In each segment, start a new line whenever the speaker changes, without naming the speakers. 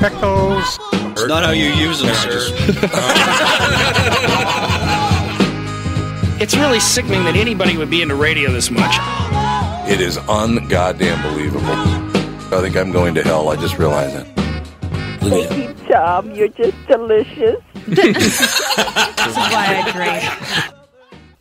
pickles.
It's not how you use them, sir.
It's really sickening that anybody would be into radio this much.
It is ungoddamn believable. I think I'm going to hell. I just realized it. Look at
Thank you, Tom. um, You're just delicious.
This is why I drink.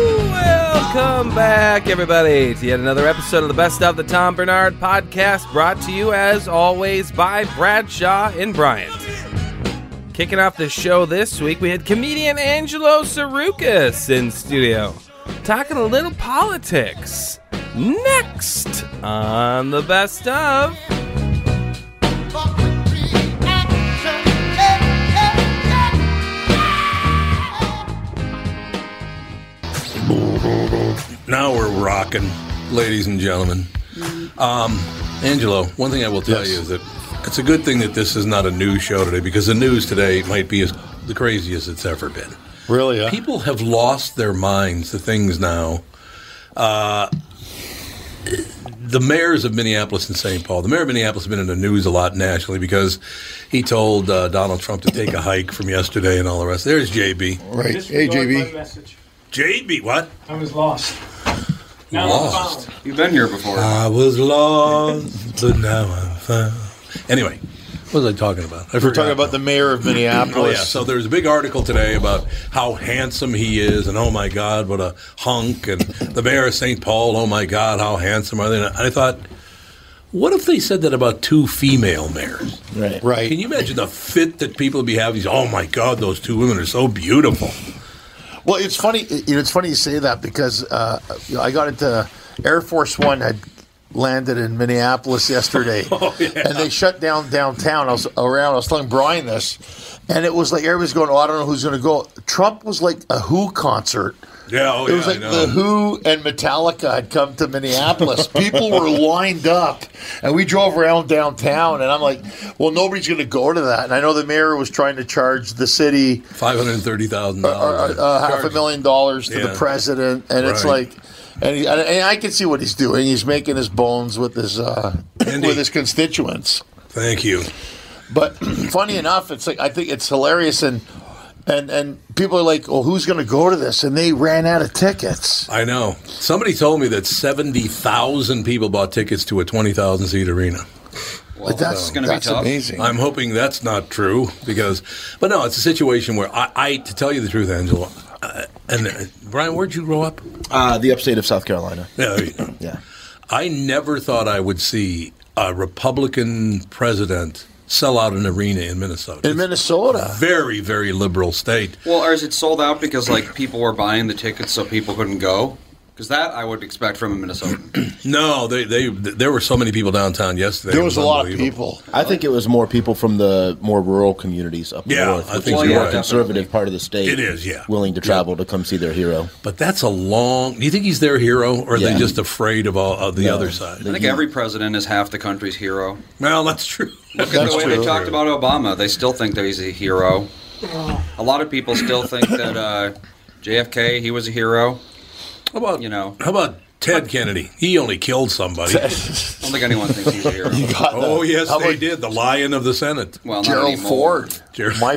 Welcome back, everybody, to yet another episode of the Best of the Tom Bernard podcast, brought to you as always by Bradshaw and Bryant. Kicking off the show this week, we had comedian Angelo Sarukas in studio talking a little politics. Next on the best of.
Now we're rocking, ladies and gentlemen. Um, Angelo, one thing I will tell
Yes.
you is that it's a good thing that this is not a news show today because the news today might be as, the craziest it's ever been.
Really? Huh?
People have lost their minds to things now. Uh, the mayors of Minneapolis and St. Paul, the mayor of Minneapolis has been in the news a lot nationally because he told uh, Donald Trump to take a hike from yesterday and all the rest. There's JB.
Right. Hey, JB.
JB, what?
I was lost.
Lost.
You've been here before.
I was lost, but now I'm found. Anyway, what was I talking about? I
We're talking about the mayor of Minneapolis.
Oh yeah, so there's a big article today about how handsome he is, and oh my God, what a hunk! And the mayor of St. Paul, oh my God, how handsome are they? And I thought, what if they said that about two female mayors?
right.
Can you imagine the fit that people would be having? These, oh my God, those two women are so beautiful.
Well, it's funny. You know, it's funny you say that because uh, you know, I got into Air Force One had landed in Minneapolis yesterday,
Oh,
and they shut down downtown. I was around. I was telling Brian this, and it was like everybody's going, "Oh, I don't know who's going to go." Trump was like a Who concert.
Yeah, oh
It was
yeah, I
like
know.
the Who and Metallica had come to Minneapolis. People were lined up, and we drove around downtown. And I'm like, "Well, nobody's going to go to that." And I know the mayor was trying to charge the city
Five hundred thirty thousand
uh,
dollars,
uh, half a million dollars to
Yeah.
the president, and it's
Right.
like, and, he, and, and I can see what he's doing. He's making his bones with his uh,
Indeed.
with his constituents.
Thank you.
But funny enough, it's like I think it's hilarious, and and and people are like, "Well, who's going to go to this?" And they ran out of tickets.
I know. Somebody told me that seventy thousand people bought tickets to a twenty thousand seat arena.
Like, that's
it's gonna be
that's
tough.
amazing.
I'm hoping that's not true because, but no, it's a situation where I, I to tell you the truth, Angela, uh, and uh, Brian, where'd you grow up?
Uh, the upstate of South Carolina.
Yeah, there you go.
Yeah.
I never thought I would see a Republican president sell out an arena in Minnesota.
in Minnesota.
very, very liberal state.
Well, or is it sold out because like people were buying the tickets so people couldn't go? Because that I would expect from a Minnesotan.
No, they, they there were so many people downtown yesterday. It unbelievable.
I think it was more people from the more rural communities up
Yeah,
north,
I
which
think
is the
you're
more
right.
conservative part of the state.
It is, yeah.
Willing to travel to come see their hero.
But that's a long. Do you think he's their hero, or are
Yeah.
they just afraid of all of the other side?
I think every president is half the country's hero.
Well, that's true.
Look at
That's
the way
true.
they talked about Obama. They still think that he's a hero. A lot of people still think that uh, JFK he was a hero.
How about
you know?
How about Ted Kennedy? He only killed somebody. I don't
think anyone thinks he's a hero.
oh
that.
yes,
How
they
about-
did. The Lion of the Senate.
Well,
Gerald Ford, my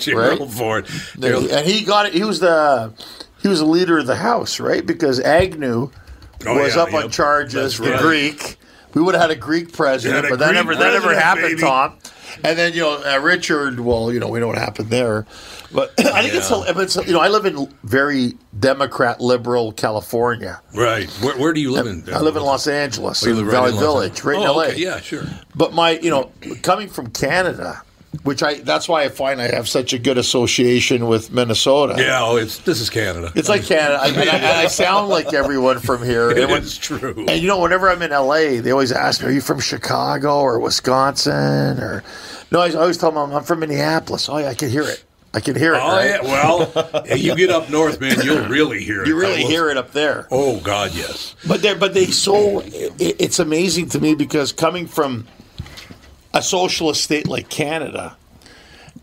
Gerald
right?
Ford.
The- and he got it. He was the he was the leader of the House, right? Because Agnew
Oh,
was
yeah,
up on
yep.
charges.
That's
The
right.
Greek. We would have had a Greek president,
a
but that
Greek
never that never
president,
happened,
baby.
Tom. And then you know uh, Richard. Well, you know we know what happened there, but I think it's
Yeah.
it's, it's you know I live in very Democrat liberal California.
Right. Where, where do you live in?
I live in Los Angeles,
Oh, you
in
live right
Valley
in Los
Village,
Angeles.
right in
Oh,
LA.
okay, yeah, sure.
But my, you know, coming from Canada, which I that's why I find I have such a good association with Minnesota.
Yeah. Oh, it's this is Canada.
It's like Canada. I, mean, I, I sound like everyone from here.
It
And when-
is true.
And you know, whenever I'm in LA, they always ask me, "Are you from Chicago or Wisconsin?" Or no, I always tell them I'm from Minneapolis. Oh yeah, I can hear it. I can hear it.
Oh yeah.
right?
Well, hey, you get up north, man, you'll really hear it.
You really
I will-
hear it up there.
Oh God, yes.
But they but they so it, it's amazing to me because coming from a socialist state like Canada,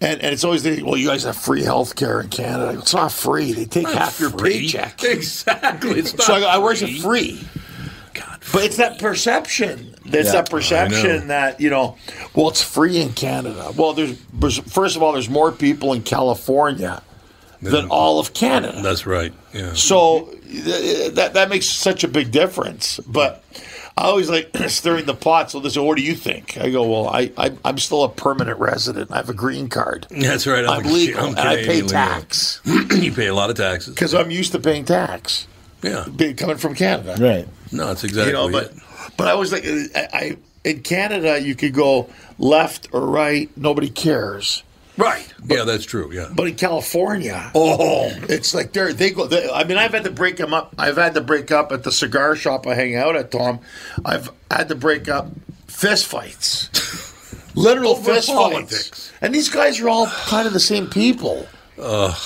and, and it's always the, well, you guys have free health care in Canada. It's not free. They take half your paycheck.
Exactly. It's not
so I, go, I where's it free? but it's that perception. It's
Yeah,
that
I know.
perception that you know. Well, it's free in Canada. Well, there's, there's first of all, there's more people in California than all of Canada.
That's right. Yeah.
So th- that that makes such a big difference. But I always like stirring the pot. So they say, "What do you think?" I go, "Well, I, I I'm still a permanent resident. I have a green card.
That's right.
I'm,
a-
legal,
I'm
and I pay
Canadian legal.
tax
you pay a lot of taxes.
because I'm used to paying tax.
Yeah,
being, coming from Canada,
right?
No, that's exactly.
You know, but but I was like, I, I in Canada you could go left or right. Nobody cares.
Right. yeah, that's true. Yeah.
But in California, oh, it's like they're they go. They, I mean, I've had to break them up. I've had to break up at the cigar shop I hang out at, Tom. I've had to break up fist fights, literal
Over
fist
politics.
fights. And these guys are all kind of the same people.
Ugh.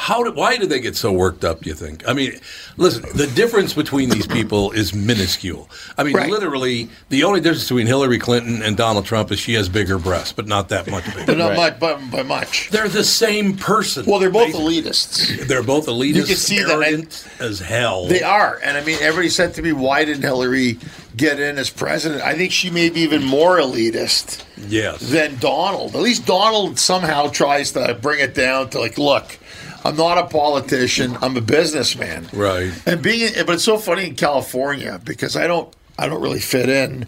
How did, why did they get so worked up, do you think? I mean, listen, the difference between these people is minuscule. I mean,
Right.
literally, the only difference between Hillary Clinton and Donald Trump is she has bigger breasts, but not that much bigger.
They're not much, by, by much.
They're the same person.
Well, they're both elitists.
They're both elitists.
You can see that.
arrogant as hell.
They are, and I mean, everybody said to me, "Why didn't Hillary get in as president?" I think she may be even more elitist.
Yes.
than Donald. At least Donald somehow tries to bring it down to like, look, I'm not a politician. I'm a businessman.
Right.
And being, but it's so funny in California because I don't, I don't really fit in.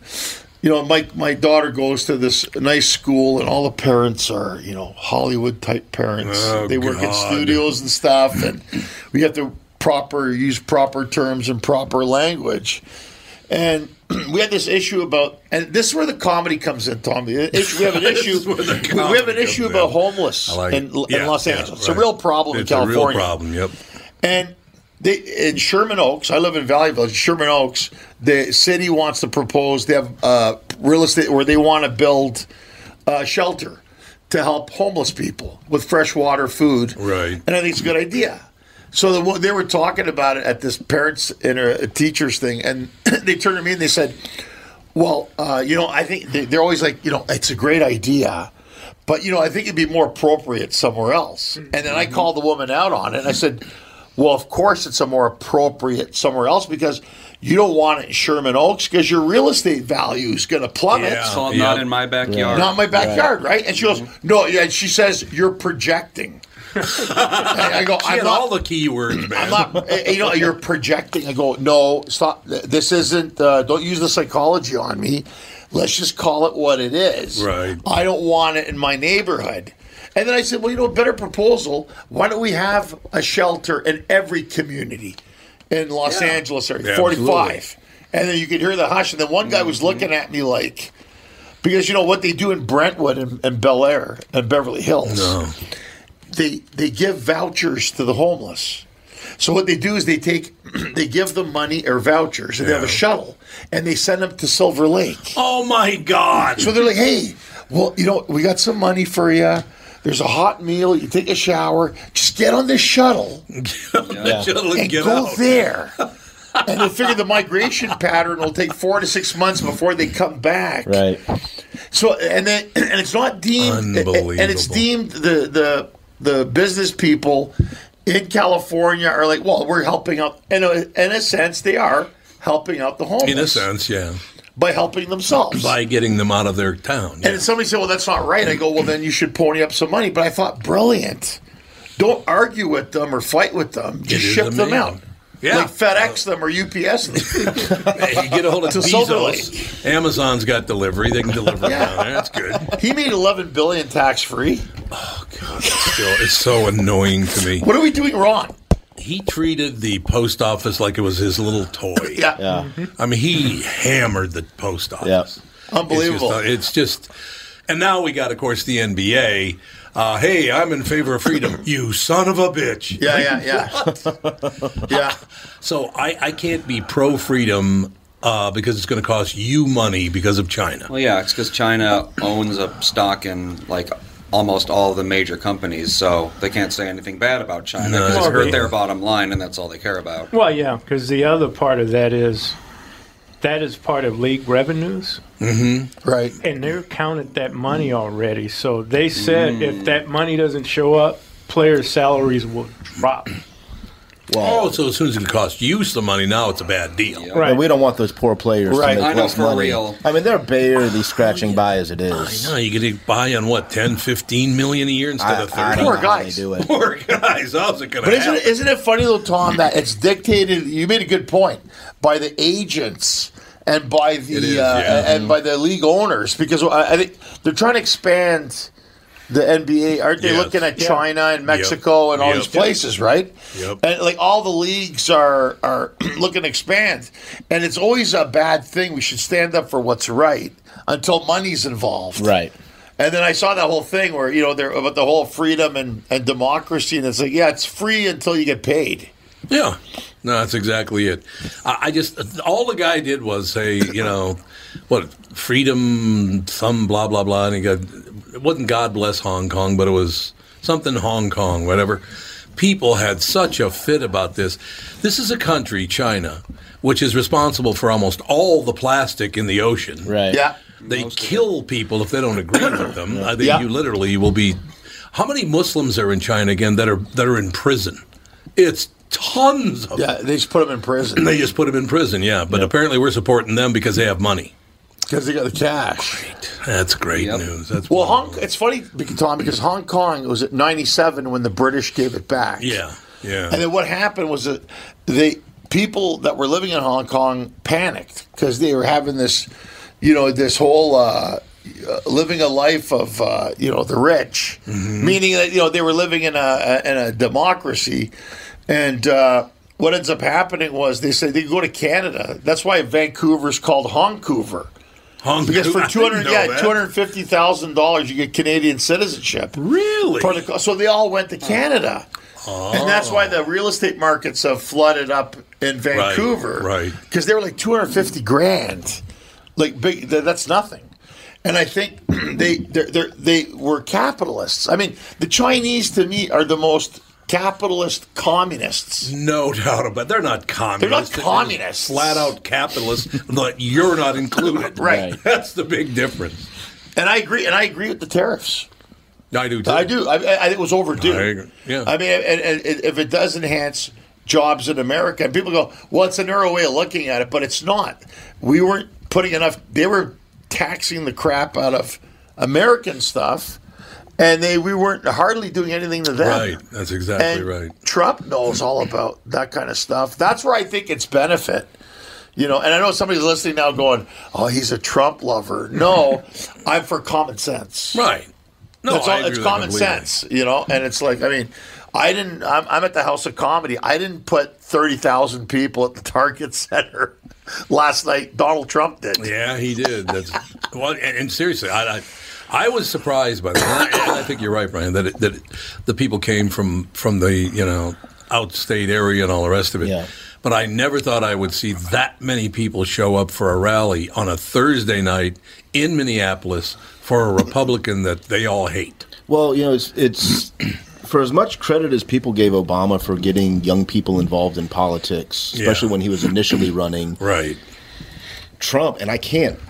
You know, my my daughter goes to this nice school, and all the parents are you know Hollywood type parents.
Oh,
they work in
God.
studios and stuff, and we have to proper use proper terms and proper language. And we had this issue about, and this is where the comedy comes in, Tommy. The issue- We have an
This is
issue.
where the
we- we have an
comedy
issue
comes
about
in.
homeless
I like
in,
it.
in
Yeah,
Los
yeah,
Angeles. It's a
right.
real problem
It's
in
a real
California.
problem, yep.
And they in Sherman Oaks, I live in Valley Village. Sherman Oaks, the city wants to propose. They have uh, real estate where they want to build uh, shelter to help homeless people with fresh water, food. Right. And I think it's a good idea. So the, they were talking about it at this parents and a teachers thing, and they turned to me and they said, "Well, uh, you know, I think they, they're always like, you know, it's a great idea." But you know, I think it'd be more appropriate somewhere else. And then I called the woman out on it. And I said, "Well, of course it's a more appropriate somewhere else because you don't want it in Sherman Oaks because your real estate value is going to plummet."
It's called not in my backyard.
Not in my backyard, right? And she goes, "No." Yeah, and she says, "You're projecting." I I go,
She
"I'm
had
not."
all the keywords, man.
I'm not. eh, You know, you're projecting. I go, "No, stop. This isn't. Uh, don't use the psychology on me. Let's just call it what it is."
Right.
I don't want it in my neighborhood. And then I said, well, you know, a better proposal. Why don't we have a shelter in every community in Los Angeles area,
Yeah,
45?
absolutely. Mm-hmm.
And then you could hear the hush. And then one guy was looking at me like, because you know what they do in Brentwood and, and Bel Air and Beverly Hills? They, they give vouchers to the homeless. So what they do is they take, they give them money or vouchers, and they have a shuttle, and they send them to Silver Lake.
Oh my God!
So they're like, hey, well, you know, we got some money for you. There's a hot meal. You take a shower. Just get on this shuttle
The shuttle and
and
get
go
out.
there. and they figure the migration pattern will take four to six months before they come back.
Right.
So and then and it's not deemed and it's
Unbelievable.
deemed the the the business people in California are like, well, we're helping out, and uh, in a sense, they are helping out the homeless
In a sense, yeah.
by helping themselves.
By getting them out of their town.
And then somebody said, "Well, that's not right." I go, "Well, then you should pony up some money." But I thought, brilliant. Don't argue with them or fight with them. Just
is
ship them
amazing.
out.
Yeah. Oh.
Like FedEx them or UPS them.
Hey, you get a hold of
To Silver
Bezos. Amazon's got delivery. They can deliver it down there. That's good.
he made 11 billion tax free.
Still, it's so annoying to me.
What are we doing wrong?
He treated the post office like it was his little toy.
Yeah.
I mean, he hammered the post office.
Yeah.
Unbelievable.
It's just, it's just- and now we got, of course, the NBA. Uh, hey, I'm in favor of freedom. you son of a bitch.
Yeah, yeah, yeah. yeah.
So I, I can't be pro freedom uh, because it's going to cost you money because of China.
Well, yeah, it's because China owns a stock in like almost all the major companies, so they can't say anything bad about China
No,
because
that's
it's hurt
right.
their bottom line, and that's all they care about.
Well, yeah, because the other part of that is that is part of league revenues,
Mm-hmm.
Right.
and they're counted that money already. So they said
Mm.
if that money doesn't show up, players' salaries will drop.
Well,
Oh, so as soon as it costs you some money, now it's a bad deal.
Yeah.
and we
Right.
don't want those poor players
Right.
to make
I know,
less
for
money.
real.
I mean, they're barely scratching by as it is.
No, you get to buy on what 10, 15 million a year instead
I,
of
I
thirty.
don't
Poor
know how they
guys.
do it.
Poor guys, how's it going
But
to
isn't
happen?
it, isn't it funny though, Tom, that it's dictated? You made a good point by the agents and by the
It is,
uh,
yeah.
and by the league owners because I, I think they're trying to expand the NBA. Aren't they
Yes.
looking at China and Mexico and all
Yep.
these places, right?
Yep.
And like all the leagues are are looking to expand, and it's always a bad thing. We should stand up for what's right until money's involved,
Right.
and then I saw that whole thing where you know they're about the whole freedom and, and democracy, and it's like, yeah, it's free until you get paid.
Yeah, no, that's exactly it. I, I just all the guy did was say, you know, what freedom, some blah blah blah, and he got it wasn't God bless Hong Kong, but it was something Hong Kong, whatever. People had such a fit about this. This is a country, China, which is responsible for almost all the plastic in the ocean.
Right.
Yeah,
They kill people if they don't agree with them. I think
Yeah.
you literally will be. How many Muslims are in China again that are that are in prison? It's tons of.
yeah,
them.
they just put them in prison
They just put them in prison, yeah. But apparently, we're supporting them because they have money.
because they got the cash.
That's great
Yep.
news. That's
Well, Hong, it's funny, because, Tom, because Hong Kong was at '97 when the British gave it back.
yeah, yeah.
and then what happened was that they people that were living in Hong Kong panicked because they were having this, you know, this whole. Uh, uh, living a life of uh, you know the rich,
Mm-hmm.
Mm-hmm. meaning that you know they were living in a, a in a democracy, and uh, what ends up happening was they said they go to Canada. That's why Vancouver's called Hongcouver
Hong
because for
I
two hundred
didn't know
yeah
that.
two hundred fifty thousand dollars you get Canadian citizenship.
Really? Oh.
Protocol. So they all went to Canada. And that's why the real estate markets have flooded up in Vancouver.
right.
Because they were like 250 grand. Like, big, th- that's nothing. And I think they they're, they're, they were capitalists. I mean, the Chinese to me are the most capitalist communists.
No doubt about. it. They're not communists. just
communists.
Flat out capitalists. but you're not included.
Right.
Right.
That's the big difference.
And I agree. And I agree with the tariffs.
I do. Too.
I do. I, I I think it was overdue.
I agree. Yeah.
I mean, and, and, and if it does enhance jobs in America, and people go, "Well, it's a narrow way of looking at it," but it's not. We weren't putting enough. They were taxing the crap out of American stuff, and they we weren't hardly doing anything to them.
Right. That's exactly
And
right.
Trump knows all about that kind of stuff. That's where I think it's benefit. You know, and I know somebody's listening now going, "Oh, he's a Trump lover." No, I'm for common sense.
Right. No,
That's
I
all,
agree
it's
with
common
that completely.
sense, you know. And it's like, I mean, I didn't. I'm, I'm at the House of Comedy. I didn't put thirty thousand people at the Target Center last night. Donald Trump did.
Yeah, he did. That's well, and, and seriously, I, I I was surprised by that. And I, and I think you're right, Brian. That it, that it, the people came from from the you know outstate area and all the rest of it. But I never thought I would see that many people show up for a rally on a Thursday night in Minneapolis for a Republican that they all hate.
Well, you know, it's it's for as much credit as people gave Obama for getting young people involved in politics,
Yeah.
especially when he was initially running.
Right.
Trump, and I can't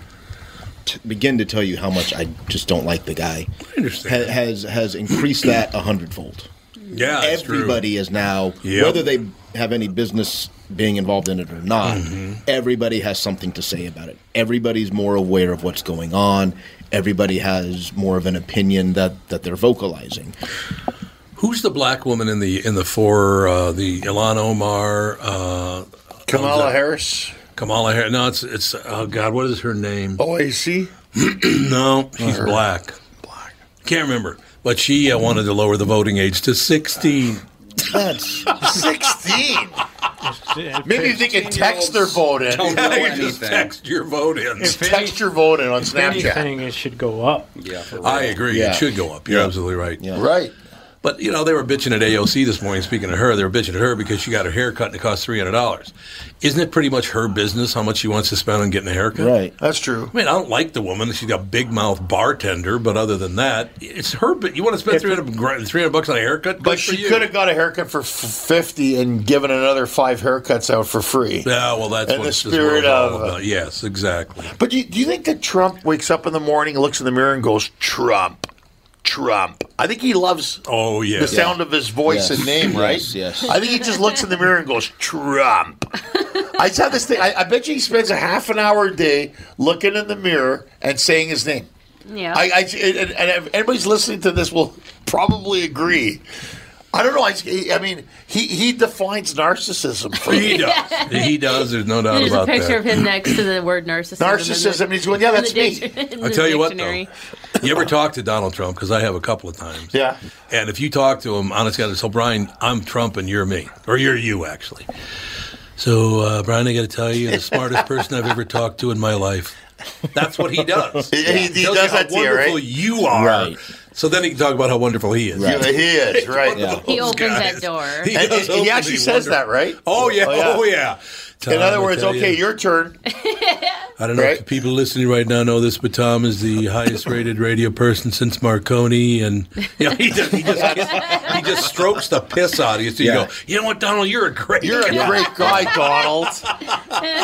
t- begin to tell you how much I just don't like the guy. I
understand.
has has increased that a hundredfold.
Yeah, it's true.
everybody is now
Yep.
whether they have any business being involved in it or not everybody has something to say about it everybody's more aware of what's going on everybody has more of an opinion that that they're vocalizing
Who's the black woman in the in the four? Uh, the Ilan Omar, uh,
Kamala
Harris. Kamala Harris. No, it's it's. Oh God, what is her name?
OAC.
no, she's
her.
black. Black. Can't remember, but she uh, wanted to lower the voting age to sixteen.
That's
16. Maybe if they could text their vote in.
Don't know Yeah, just anything. text your vote in.
Just text your vote in on
If
Snapchat.
anything, it should go up.
Yeah,
I agree.
Yeah.
It should go up. You're absolutely right.
Right.
But you know, they were bitching at AOC this morning. Speaking of her, they were bitching at her because she got her hair cut and it cost three hundred dollars. Isn't it pretty much her business how much she wants to spend on getting a haircut?
Right.
That's true.
I mean, I don't like the woman. She's got big mouth bartender, but other than that, it's her. bu- You want to spend 300, gra- 300 bucks on a haircut? Good
But
for
she
you.
could have got a haircut for f- 50 and given another five haircuts out for free.
Yeah, well, that's
In
what
the
this
spirit
world's all
of-
about. Yes, exactly.
But you, do you think that Trump wakes up in the morning, looks in the mirror, and goes, Trump, Trump? I think he loves
oh yeah
the sound of his voice
Yes.
and name, right?
Yes, yes.
I think he just looks in the mirror and goes, Trump. I saw this thing. I, I bet you he spends a half an hour a day looking in the mirror and saying his name.
Yeah.
I, I and, and if anybody's listening to this will probably agree. I don't know. I, I mean, he, he defines narcissism. For
He does. He does. There's no doubt
There's a
about
picture
that.
of him next to the word narcissism.
Narcissism, and he's going, yeah, that's me.
I
I'll
tell you what, though, you ever talk to Donald Trump? Because I have a couple of times.
Yeah.
And if you talk to him, honest God, so Brian, I'm Trump and you're me, or you're you actually. So uh, Brian, I got to tell you, the smartest person I've ever talked to in my life. That's what he does.
He- he- he
Tells you
does that
how
to you,
wonderful
right?
you are.
Right.
So then he can talk about how wonderful he is.
Yeah, he is, right.
He opens that door.
He
And-
does
and he
open
actually
the
says
wonder-
that, right?
Oh yeah,
Oh,
oh
yeah.
yeah.
in
Tom, I
other words,
tell
okay,
you.
your turn.
I don't know if the people listening right now know this, but Tom is the highest rated radio person since Marconi, and yeah, he just he just, gets- he just strokes the piss out of you. So you
Yeah.
go, you know what, Donald, you're a great,
You're a
guy."
great guy, Donald.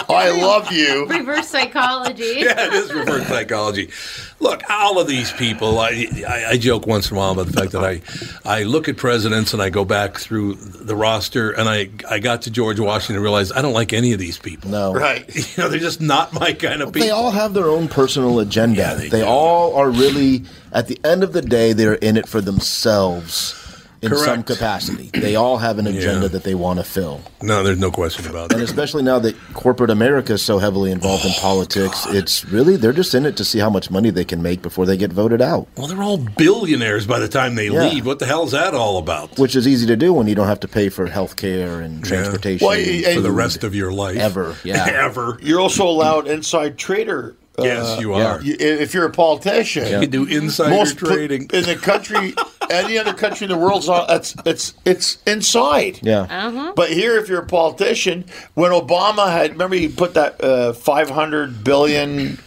Oh, I love you.
Reverse psychology.
yeah, it is reverse psychology. Look, all of these people, I, I, I joke once in a while about the fact that I, I look at presidents and I go back through the roster, and I, I got to George Washington and realized I don't like any of these people.
No.
Right.
You know, they're just not my kind of people.
they all have their own personal agenda they, all are really at the end of the day they're in it for themselves in some
Correct.
capacity they all have an agenda
Yeah.
that they want to fill
no, there's no question about Oh,
and
that.
especially now that corporate America is so heavily involved in politics, it's really they're just in it to see how much money they can make before they get voted out,
Well, they're all billionaires by the time they
Yeah.
leave. What the hell's that all about?
which is easy to do when you don't have to pay for health care and transportation
Well, and-
for the rest of your life.
ever. Yeah,
Ever.
You're also allowed inside trader. uh,
Yes, you are.
y- If you're a politician,
You can do insider
pl-
trading.
in the country, any other country in the world's not, it's it's it's inside.
yeah.
Uh-huh.
But here, if you're a politician, when Obama had, remember he put that uh, 500 billion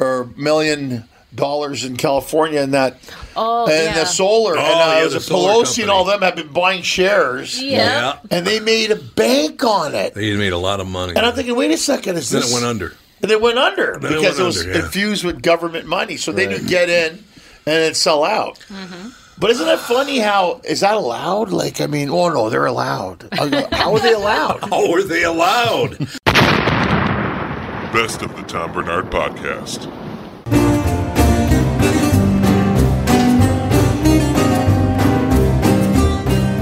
or million dollars in California and that
Oh, yeah.
and the solar
Oh,
and uh,
yeah,
it was
the
a
solar
Pelosi
company.
and all them have been buying shares
Yeah.
and they made a bank on it.
They made a lot of money.
And I'm thinking, wait a second, is
then
this
it went under.
and it went under
Then it
because
went
it was
under, yeah.
infused with government money. So they didn't get in and then sell out. But isn't that funny? How is that allowed? Like, I mean, oh no, they're allowed. I go, How are they allowed?
How are they allowed?
Best of the Tom Bernard Podcast.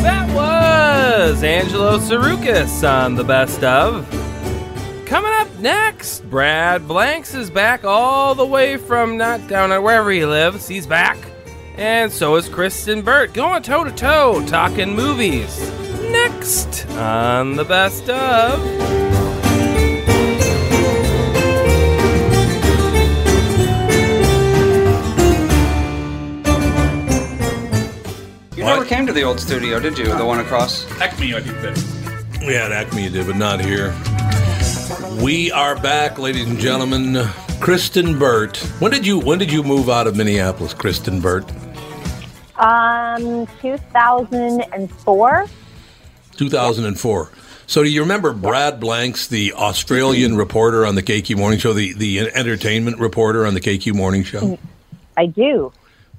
That was Angelo Sarukis on the best of. Coming up next, Brad Blanks is back all the way from not down on wherever he lives. He's back. And so is Kristen Burt going toe to toe talking movies. Next on the best of.
You never came to the old studio, did you? The one across?
Acme, I think that.
Yeah, at Acme you did, but not here. We are back, ladies and gentlemen. Kristen Burt. When did you when did you move out of Minneapolis, Kristen Burt?
Um, 2004.
2004. So do you remember Brad Blanks, the Australian reporter on the KQ Morning Show, the, the entertainment reporter on the KQ Morning Show?
I do.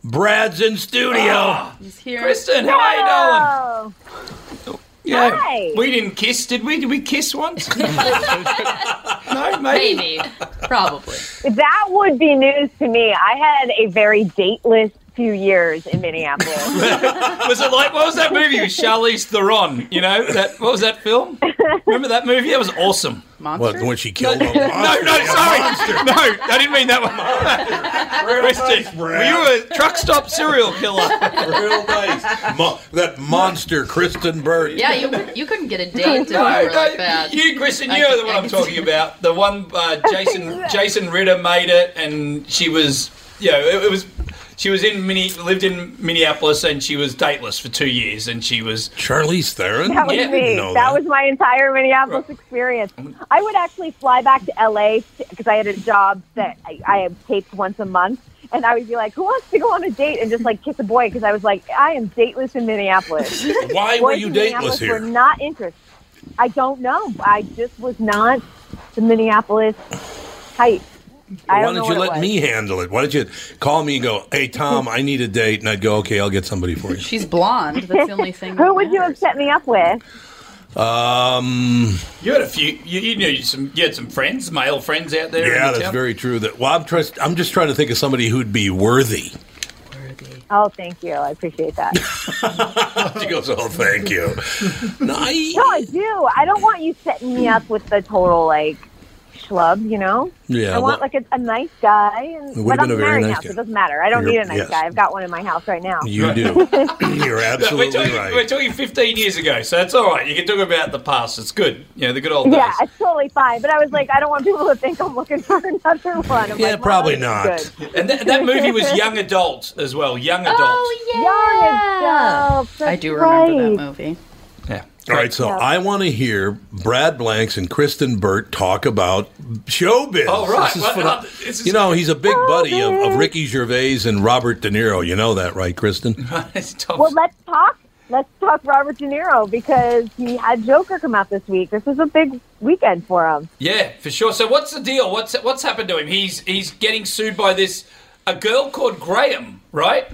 Brad's in studio.
He's here.
Kristen, how are you
Oh,
Yeah.
Hi.
We didn't kiss, did we? Did we kiss once? no, maybe.
Maybe. Probably.
that would be news to me. I had a very dateless few years in Minneapolis.
Was it like what was that movie with Charlize Theron? You know that what was that film? Remember that movie? That was awesome.
What, when she killed
no,
him?
no, sorry, no, I didn't mean that one. Kristen, were you a truck stop serial killer?
Real nice. Mo- that monster, Kristen Burt.
Yeah, you you couldn't get a date to
No,
her like
Uh,
that.
You, Kristen,
I
you know
can-
the one
I
I'm
can
talking about. The one uh, Jason Jason Ritter made it, and she was, you know, it, it was. She was in Minne lived in Minneapolis, and she was dateless for two years, and she was
Charlize Theron.
That was me. That, was my entire Minneapolis experience. I would actually fly back to LA because I had a job that I, I had taped once a month. And I would be like, who wants to go on a date and just like kiss a boy? Because I was like, I am dateless in Minneapolis.
Why were
Boys
you
in
dateless
Minneapolis
here?
Were not interested. I don't know. I just was not the Minneapolis type. I
Why
don't know
don't you
what it
let
was.
me handle it? Why don't you call me and go, hey, Tom, I need a date? And I'd go, okay, I'll get somebody for you.
She's blonde. That's the only thing.
Who would you have set me up with?
Um,
You had a few. You, you knew some. You had some friends, male friends out there. in
yeah,
the
that's
town.
very true. That Well, I'm, trust, I'm just trying to think of somebody who'd be worthy.
Oh, thank you. I appreciate that.
she goes, oh, thank you. Nice.
No, I do. I don't want you setting me up with the total like schlub, you know.
Yeah,
I
well-
want like a, a nice guy. And,
It would've
but
been
I'm
a very
married
nice
now, so
guy.
it doesn't matter. I don't
You're-
need a nice
yes.
guy. I've got one in my house right now.
You do. You're
No, we're,
absolutely
talking,
right.
we're talking 15 years ago, so that's all right. You can talk about the past. It's good. You know, the good old
Yeah,
days.
it's totally fine. But I was like, I don't want people to think I'm looking for another one. I'm
Yeah,
like, well,
probably
this
not.
is good.
And that, that movie was young adult as well. Young adult.
Oh yeah,
I do remember
right.
that movie.
All right, so I want to hear Brad Blanks and Kristen Burt talk about showbiz.
Oh, right.
This is
Well,
phenomenal.
uh, this is-
you know, he's a big buddy of, of Ricky Gervais and Robert De Niro. You know that, right, Kristen?
Well, let's talk. Let's talk Robert De Niro because he had Joker come out this week. This is a big weekend for him.
Yeah, for sure. So what's the deal? What's what's happened to him? He's he's getting sued by this a girl called Graham, right?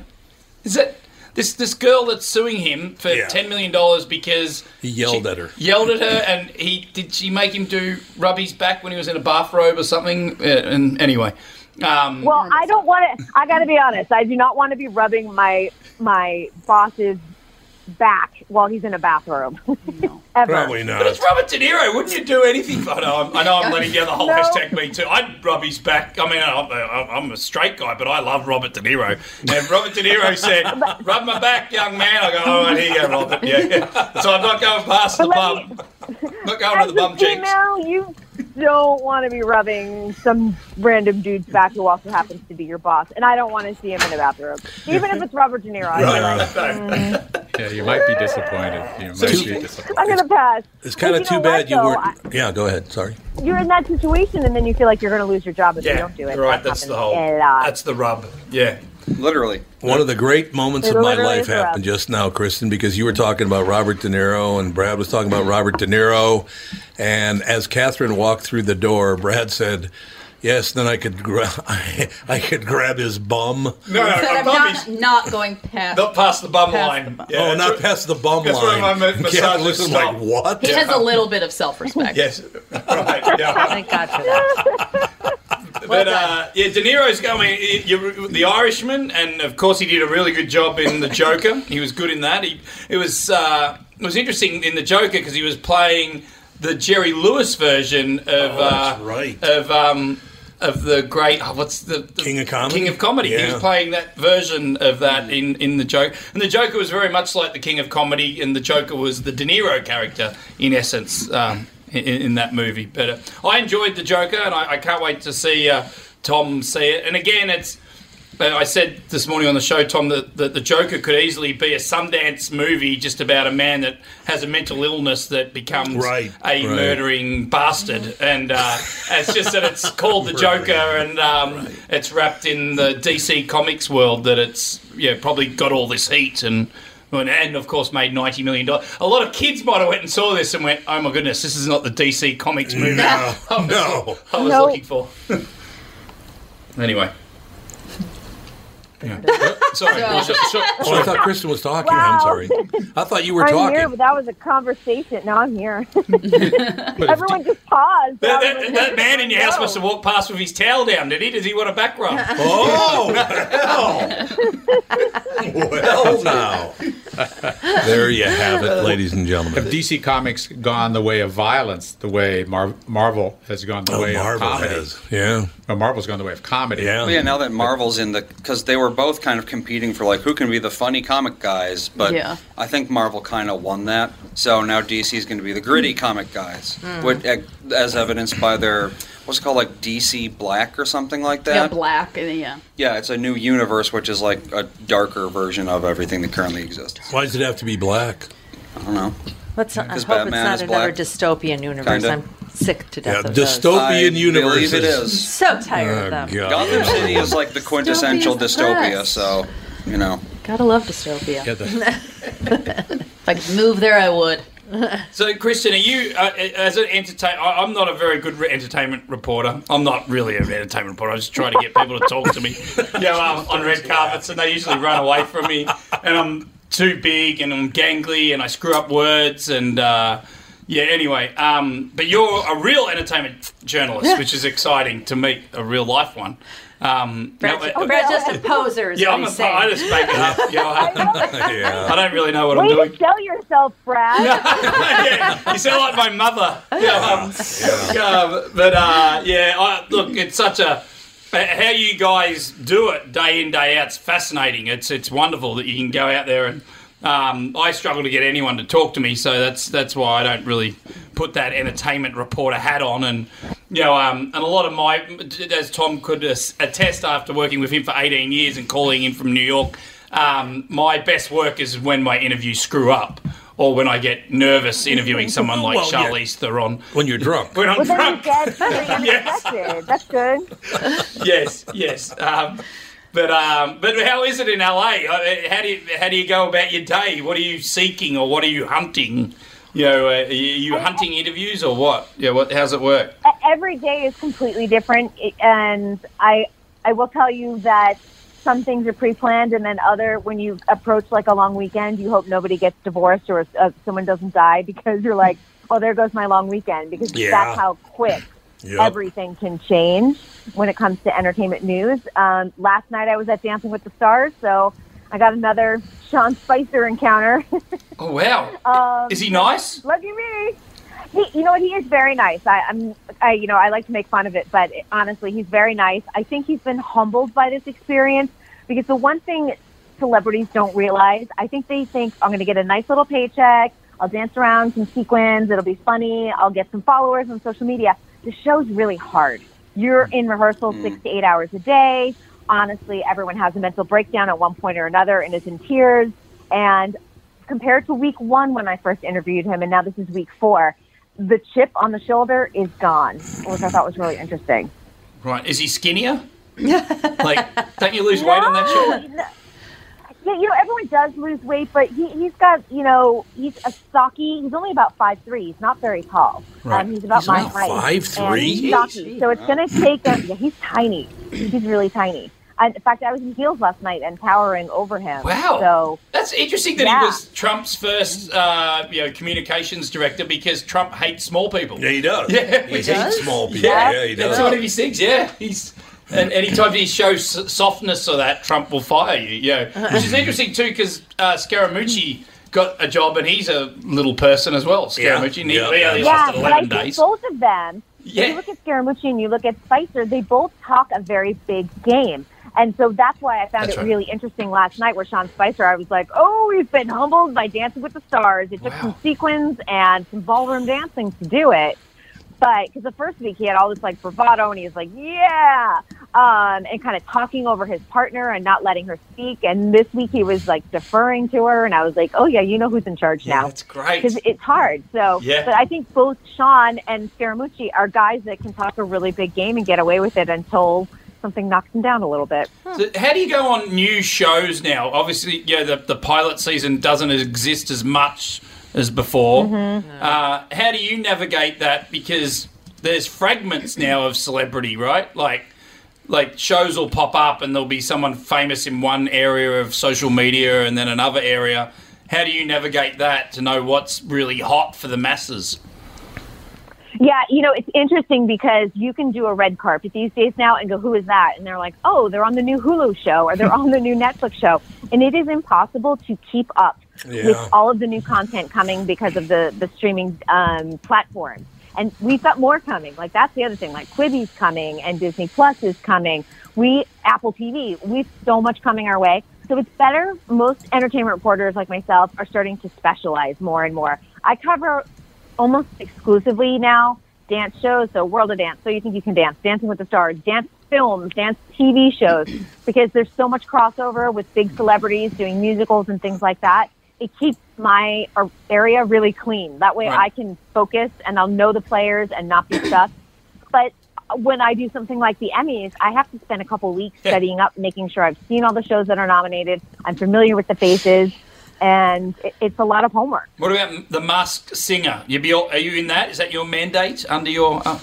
Is it this this girl that's suing him for ten million dollars because
He yelled at her.
yelled at her and he did she make him do rub his back when he was in a bathrobe or something? Yeah, and anyway, um,
Well, I don't want to. I got to be honest. I do not want to be rubbing my my boss's back while he's in a bathroom. Ever.
Probably not.
But it's Robert De Niro. Wouldn't you do anything? I know. I'm, I know I'm letting down the whole
No.
hashtag me too. I'd rub his back. I mean, I'm, I'm I'm a straight guy, but I love Robert De Niro. And Robert De Niro said, "Rub my back, young man." I go, "All right, here you go, Robert." Yeah. yeah. So I'm not going past the bum. not going to the bum cheeks.
Female, you don't want to be rubbing some random dude's back who also happens to be your boss, and I don't want to see him in a bathroom, even if it's Robert De Niro. I'm,
Yeah, you might be disappointed. You might
It's-
be disappointed.
Mm. I'm gonna pass.
It's kind of
But you
too
know what,
bad you
though?
weren't. Yeah, go ahead. Sorry.
You're in that situation, and then you feel like you're going to lose your job if you
Yeah,
don't do it.
you're right. That's the whole.
a lot.
That's the rub. Yeah.
Literally. One of the great moments of my
Literally
life
corrupt.
happened just now, Kristen, because you were talking about Robert De Niro and Brad was talking about Robert De Niro. And as Catherine walked through the door, Brad said, Yes, then I could gra- I, could grab his bum.
No, no,
Said
I'm
I'm not, not going past.
Not past the bum
Past
line.
oh, not past the bum
That's where
line.
my ma-
Catherine
massages
listened
stop.
like, what?
He has a little bit of self-respect.
Yes.
Thank God for that.
But uh, yeah, De Niro's going. he- you- The Irishman, and of course, he did a really good job in the Joker. He was good in that. He it was uh, it was interesting in the Joker because he was playing the Jerry Lewis version of
that's
uh,
right.
of um, of the great oh, what's the, the King of Comedy. King of Comedy. He
Yeah.
was playing that version of that in in the Joker, and the Joker was very much like the King of Comedy, and the Joker was the De Niro character in essence. Um, in, in that movie, but uh, I enjoyed the Joker, and I, I can't wait to see uh, Tom see it. And again, it's But I said this morning on the show, Tom, that, that the Joker could easily be a Sundance movie just about a man that has a mental illness that becomes
Right,
a
right.
murdering bastard. And uh, it's just that it's called the Joker, and um, it's wrapped in the DC Comics world that it's yeah probably got all this heat and. And, and of course, made ninety million dollars. A lot of kids might have went and saw this and went, "Oh my goodness, this is not the DC Comics movie."
No,
I was,
no.
I was
No.
looking for. Anyway. Sorry,
So-
Russia. Sure,
Oh, I thought Kristen was talking. I'm
Wow.
sorry. I thought you were
I'm
talking.
here, but that was a conversation. Now I'm here. Everyone just paused.
That, that, that man in your house must have walked past with his towel down, did he? Does he want a back rub?
Oh, well now. There you have it, ladies and gentlemen.
Have DC Comics gone the way of violence, the way Mar- Marvel has gone the
Oh,
way
Marvel
of comedy?
has, yeah.
Well, Marvel's gone the way of comedy.
Well, yeah, now that Marvel's in the because they were both kind of competing for like who can be the funny comic guys, but
Yeah.
I think Marvel kind of won that. So now DC is going to be the gritty comic guys,
Mm.
which, eh, as evidenced by their what's it called like DC Black or something like that.
Yeah, black and yeah.
Yeah, it's a new universe, which is like a darker version of everything that currently exists.
Why does it have to be black?
I don't know.
Let's. I hope
Because
it's
Batman
not
is
another
black.
dystopian universe.
Kinda.
I'm sick to death
Yeah,
of those.
dystopian I universes. believe it
I'm
is.
so tired
Oh,
of them.
God. Gotham City is like the quintessential
Dystopia's the
dystopia,
best.
so you know.
Gotta love dystopia.
Get the-
If I could move there, I would.
So, Christian, are you uh, as an entertain? I- I'm not a very good re- entertainment reporter. I'm not really an entertainment reporter. I just try to get people to talk to me, you know, um, on red carpets, and they usually run away from me. And I'm too big, and I'm gangly, and I screw up words, and uh, yeah. Anyway, um, but you're a real entertainment journalist, which is exciting to meet a real life one. Um,
Brad's,
now-
Oh,
oh,
Brad's just a poser. Is
yeah,
what
I'm a,
he's
po- I
saying.
just make it up. You know, I, I don't really know what I'm
Way
doing.
to sell yourself, Brad.
you sound like my mother. Yeah, um, um, but uh, yeah, I, look, it's such a how you guys do it day in day out's fascinating. It's it's wonderful that you can go out there and. Um, I struggle to get anyone to talk to me, so that's that's why I don't really put that entertainment reporter hat on. And you know, um, and a lot of my, as Tom could as- attest after working with him for 18 years and calling in from New York, um, my best work is when my interviews screw up or when I get nervous interviewing someone like
Well, yeah.
Charlize Theron.
When you're drunk.
When I'm
well, there you
drunk.
go. Something unexpected. That's good.
yes, yes. Um, but um, but how is it in LA? Uh, How do you, how do you go about your day? What are you seeking or what are you hunting? You know, uh, are you you hunting interviews or what? Yeah, what? How's it work?
E- Every day is completely different, i- and I I will tell you that some things are pre-planned, and then other when you approach like a long weekend, you hope nobody gets divorced or uh, someone doesn't die because you're like, oh, there goes my long weekend because
Yeah.
that's how quick
Yep.
everything can change when it comes to entertainment news. Um, last night I was at Dancing with the Stars, so I got another Sean Spicer encounter.
Oh wow,
Um,
Is he nice?
Lucky me. He, you know what? He is very nice. I, I'm, I, you know, I like to make fun of it, but it- honestly, he's very nice. I think he's been humbled by this experience because the one thing celebrities don't realize, I think they think I'm going to get a nice little paycheck. I'll dance around some sequins. It'll be funny. I'll get some followers on social media. The show's really hard. You're in rehearsal six to eight hours a day. Honestly, everyone has a mental breakdown at one point or another and is in tears. And compared to week one when I first interviewed him, and now this is week four, the chip on the shoulder is gone, which I thought was really interesting.
Right, is he skinnier? like, don't you lose weight on that show?
Yeah, you know, everyone does lose weight, but he, he's got, you know, he's a stocky. He's only about five three. He's not very tall.
Right.
Um, he's about
He's
my
not
height.
5'3"?
and he's stocky. So it's going to take him. Yeah, he's tiny. He's really tiny. And in fact, I was in heels last night and towering over him.
Wow.
So
That's interesting that
Yeah.
he was Trump's first, uh, you know, communications director because Trump hates small people. Yeah,
he does.
Yeah,
He
which
hates
is-
small people. Yeah, he does.
That's one of his things. Yeah, he's. And anytime he shows s- softness or that, Trump will fire you.
Uh-huh.
Yeah, which is interesting too because uh, Scaramucci got a job and he's a little person as well.
Yeah.
Scaramucci, and he,
Yeah.
yeah, he
yeah,
lasted
but I
eleven
think
days.
both of them. If
Yeah.
you look at Scaramucci and you look at Spicer, they both talk a very big game. And so that's why I found
That's
it
right.
really interesting last night where Sean Spicer, I was like, oh, he's been humbled by Dancing with the Stars. It took some sequins and some ballroom dancing to do it. But because the first week he had all this like bravado and he was like, yeah, um, and kind of talking over his partner and not letting her speak. And this week he was like deferring to her, and I was like, oh yeah, you know who's in charge
Yeah,
now.
that's great.
because it's hard. So,
Yeah.
but I think both Sean and Scaramucci are guys that can talk a really big game and get away with it until something knocks them down a little bit.
So how do you go on new shows now? Obviously, yeah, the, the pilot season doesn't exist as much as before.
Mm-hmm.
Uh, how do you navigate that? Because there's fragments now of celebrity, right? Like, like shows will pop up and there'll be someone famous in one area of social media and then another area. How do you navigate that to know what's really hot for the masses?
Yeah, you know, it's interesting because you can do a red carpet these days now and go, who is that? And they're like, oh, they're on the new Hulu show or they're on the new Netflix show. And it is impossible to keep up
Yeah.
with all of the new content coming because of the, the streaming um, platforms. And we've got more coming. Like, that's the other thing. Like, Quibi's coming and Disney Plus is coming. We, Apple TV, we've so much coming our way. So it's better. Most entertainment reporters like myself are starting to specialize more and more. I cover almost exclusively now dance shows. So World of Dance, So You Think You Can Dance, Dancing with the Stars, dance films, dance TV shows, because there's so much crossover with big celebrities doing musicals and things like that. It keeps my uh, area really clean. That way I
Right.
can focus and I'll know the players and not be stuck. But when I do something like the Emmys, I have to spend a couple weeks studying up, making sure I've seen all the shows that are nominated. I'm familiar with the faces, and it, it's a lot of homework.
What about the Mask Singer? You be all, are you in that? Is that your mandate under your? Uh,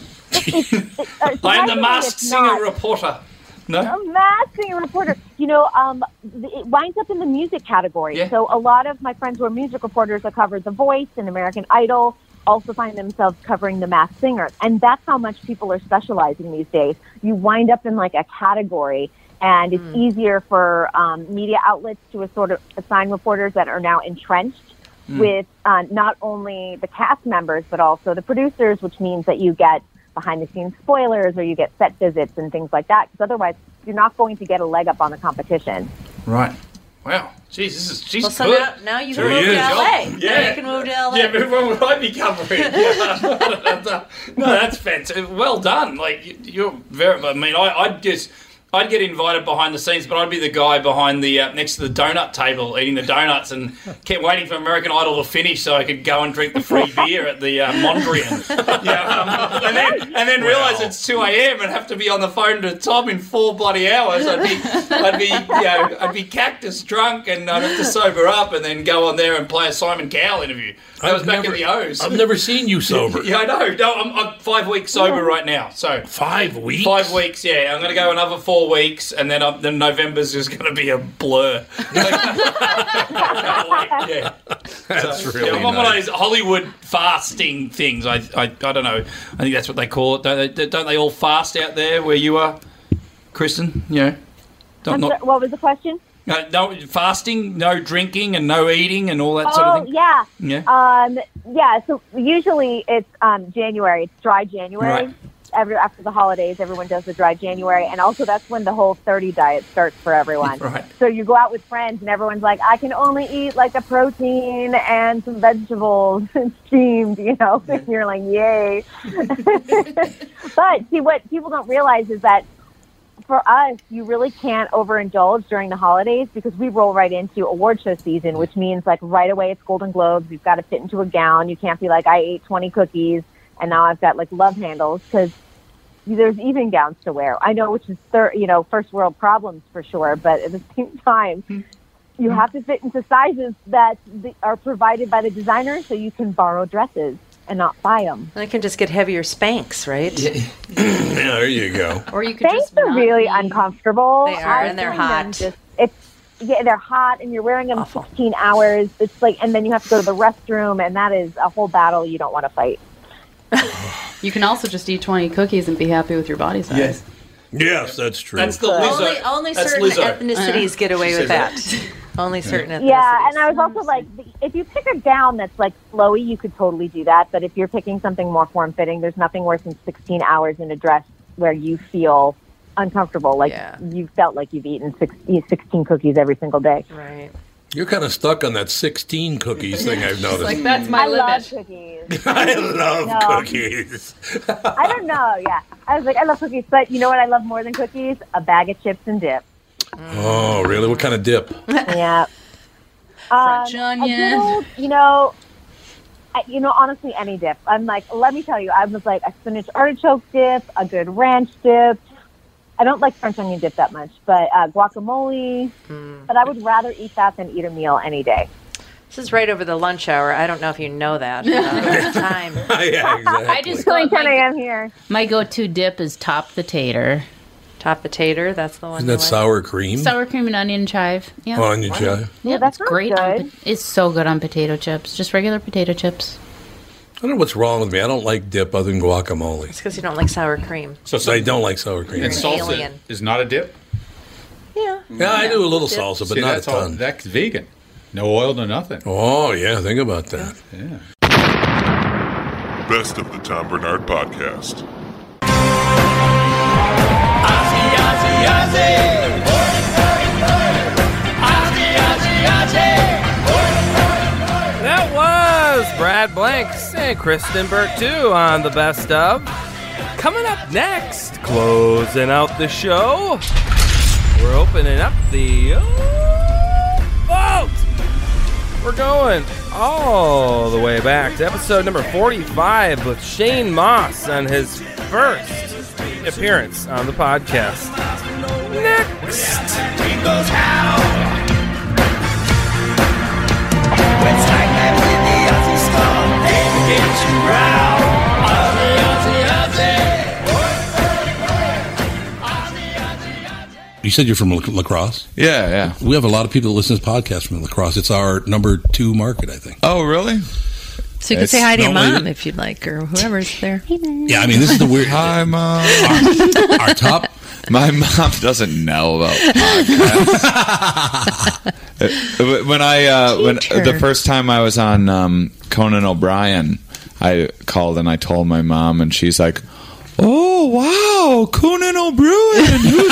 I am the
surprisingly,
Mask
it's
Singer
not.
reporter. No.
A masked reporter. You know, um, th- it winds up in the music category.
Yeah.
So a lot of my friends who are music reporters that cover The Voice and American Idol also find themselves covering The Masked Singer. And that's how much people are specializing these days. You wind up in like a category. And it's easier for um, media outlets to sort of assign reporters that are now entrenched
Mm.
with uh, not only the cast members but also the producers, which means that you get behind the scenes spoilers or you get set visits and things like that. Because otherwise, you're not going to get a leg up on the competition.
Right. Wow. Jeez, this is she's
Well, so
good.
now, now you can
There he
move to
is.
LA. Now
Yeah.
you can move to LA.
Yeah, but when will I be covering? Yeah. no, that's fantastic. Well done. Like you- you're very. I mean, I, I'd just. I'd get invited behind the scenes, but I'd be the guy behind the uh, next to the donut table eating the donuts, and kept waiting for American Idol to finish so I could go and drink the free beer at the uh, Mondrian. Yeah, um, and then and then realise it's two a.m. and have to be on the phone to Tom in four bloody hours. I'd be I'd be you know, I'd be cactus drunk, and I'd have to sober up, and then go on there and play a Simon Cowell interview. That was back in the O's.
I've never seen you sober.
Yeah, I know. No, I'm, I'm five weeks sober right now. So
five weeks.
Five weeks. Yeah, I'm going to go another four weeks, and then i then November's just going to be a blur. yeah,
That's
So,
really
yeah, I'm on one of
nice.
those Hollywood fasting things. I, I I don't know. I think that's what they call it. Don't they, don't they all fast out there where you are, Kristen? You know, don't
I'm
not.
sorry, what was the question?
No, no fasting, no drinking, and no eating, and all that sort
oh
of thing.
yeah,
Yeah.
um, yeah. So usually it's um, January. It's dry January.
Right.
Every, after the holidays, everyone does the dry January, and also that's when the whole 30 diet starts for everyone.
Right.
So you go out with friends, and everyone's like, "I can only eat like a protein and some vegetables and steamed," you know. And you're like, "Yay!" but see, what people don't realize is that for us, you really can't overindulge during the holidays because we roll right into award show season, which means like right away it's Golden Globes. You've got to fit into a gown. You can't be like, I ate 20 cookies and now I've got like love handles because there's even gowns to wear. I know, which is third, you know, first world problems for sure, but at the same time, you have to fit into sizes that the, are provided by the designer so you can borrow dresses and not buy them.
I can just get heavier spanks, right?
yeah, there you go.
Or you could
Thanks
just
are really uncomfortable.
They are,
I
and they're
find
hot.
them Just, it's yeah, they're hot, and you're wearing them 16 hours. It's like, and then you have to go to the restroom, and that is a whole battle you don't want to fight.
You can also just eat 20 cookies and be happy with your body size.
Yes. Yes, that's true.
That's the Lizzo.
Only, only
That's
certain
Lizzo.
ethnicities get away
She
with
said
that. only certain ethnicities.
Uh-huh. Yeah, and I was also like, if you pick a gown that's like flowy, you could totally do that. But if you're picking something more form fitting, there's nothing worse than 16 hours in a dress where you feel uncomfortable, like you felt like you've eaten six, 16 cookies every single day.
Right.
You're kind of stuck on that 16 cookies thing I've noticed.
like, that's my
I love
limit.
cookies.
I love
No.
cookies.
I don't know. Yeah, I was like, I love cookies, but you know what? I love more than cookies: a bag of chips and dip.
Oh, really? What kind of dip?
yeah. French
onion.
Um, you know, I, you know, honestly, any dip. I'm like, let me tell you, I was like a spinach artichoke dip, a good ranch dip. I don't like French onion dip that much, but uh, guacamole. But I would rather eat that than eat a meal any
Mm.
day.
This is right over the lunch hour. I don't know if you know that. Uh, time.
yeah, exactly.
I just go.
Ten a.m. here.
My go-to dip is top the tater.
Top the tater. That's the one.
Isn't that sour cream?
Sour cream and onion chive. Yeah.
Oh, onion chive.
Yeah, that's great. on pot- it's so good on potato chips. Just regular potato chips.
I don't know what's wrong with me. I don't like dip other than guacamole.
It's because you don't like sour cream.
So, I don't like sour cream.
And salsa
alien.
is not a dip.
Yeah, I do a little
Dip.
salsa, but
See,
not a
that's all-
ton.
that's vegan. No oil, no nothing.
Oh yeah, think about that.
Yeah.
Best of the Tom Bernard Podcast.
That was Brad Blanks and Kristen Burke too on the best of. Coming up next, closing out the show, we're opening up the uh, vote. We're going all the way back to episode number 45 with Shane Moss on his first appearance on the podcast. Next.
You said you're from La- Lacrosse.
Yeah, yeah.
We have a lot of people that listen to this podcast from Lacrosse. It's our number two market, I think.
Oh, really?
So you can say hi to your
Normally-
mom if you'd like, or whoever's there.
Yeah, I mean, this is the weird. Hi,
mom.
Our, our top.
My mom doesn't know about podcasts. Uh, when I uh, when
Teacher.
the first time I was on um, Conan O'Brien, I called and I told my mom, and she's like, "Oh wow, Conan O'Brien, who's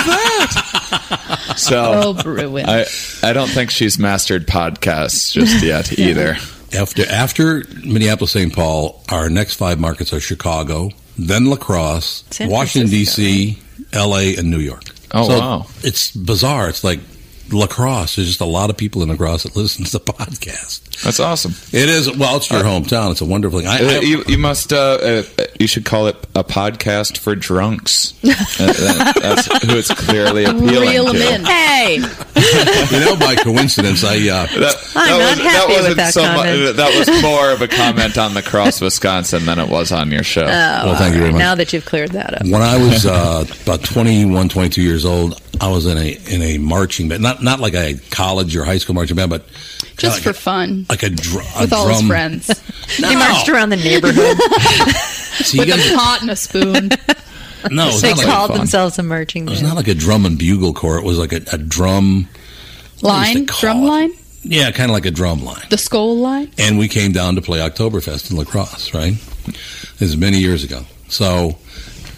that?" so
O'Brien.
I I don't think she's mastered podcasts just yet either.
After after Minneapolis, St. Paul, our next five markets are Chicago, then Lacrosse,
San
Washington D.C., L.A., and New York.
Oh, wow.
It's bizarre. It's like Lacrosse. There's just a lot of people in Lacrosse that listen to the podcast.
That's awesome.
It is. Well, it's your hometown. It's a wonderful thing. I,
Uh,
I-
you, you must. Uh, uh, you should call it a podcast for drunks. Uh, that- that's who it's clearly appealing to.
Hey,
you know, by coincidence, I uh,
I'm not happy with
wasn't
that
so mu-
comment.
that was more of a comment on the cross Wisconsin than it was on your show.
Oh, well, thank you very much. Now that you've cleared that up,
when I was uh, about 21, 22 years old, I was in a in a marching band, not not like a college or high school marching band, but
Just for fun.
like a, dr- a
With all his
drum-
friends.
they marched around the neighborhood.
See, you
With
guys-
a pot and a spoon.
no, it's
they
not like
called
fun.
themselves a marching
It was
band.
not like a drum and bugle corps. It was like a, a drum,
line, drum line,
yeah, kind of like a drum line.
the skull line.
And we came down to play Oktoberfest in Lacrosse, right? This is many years ago. So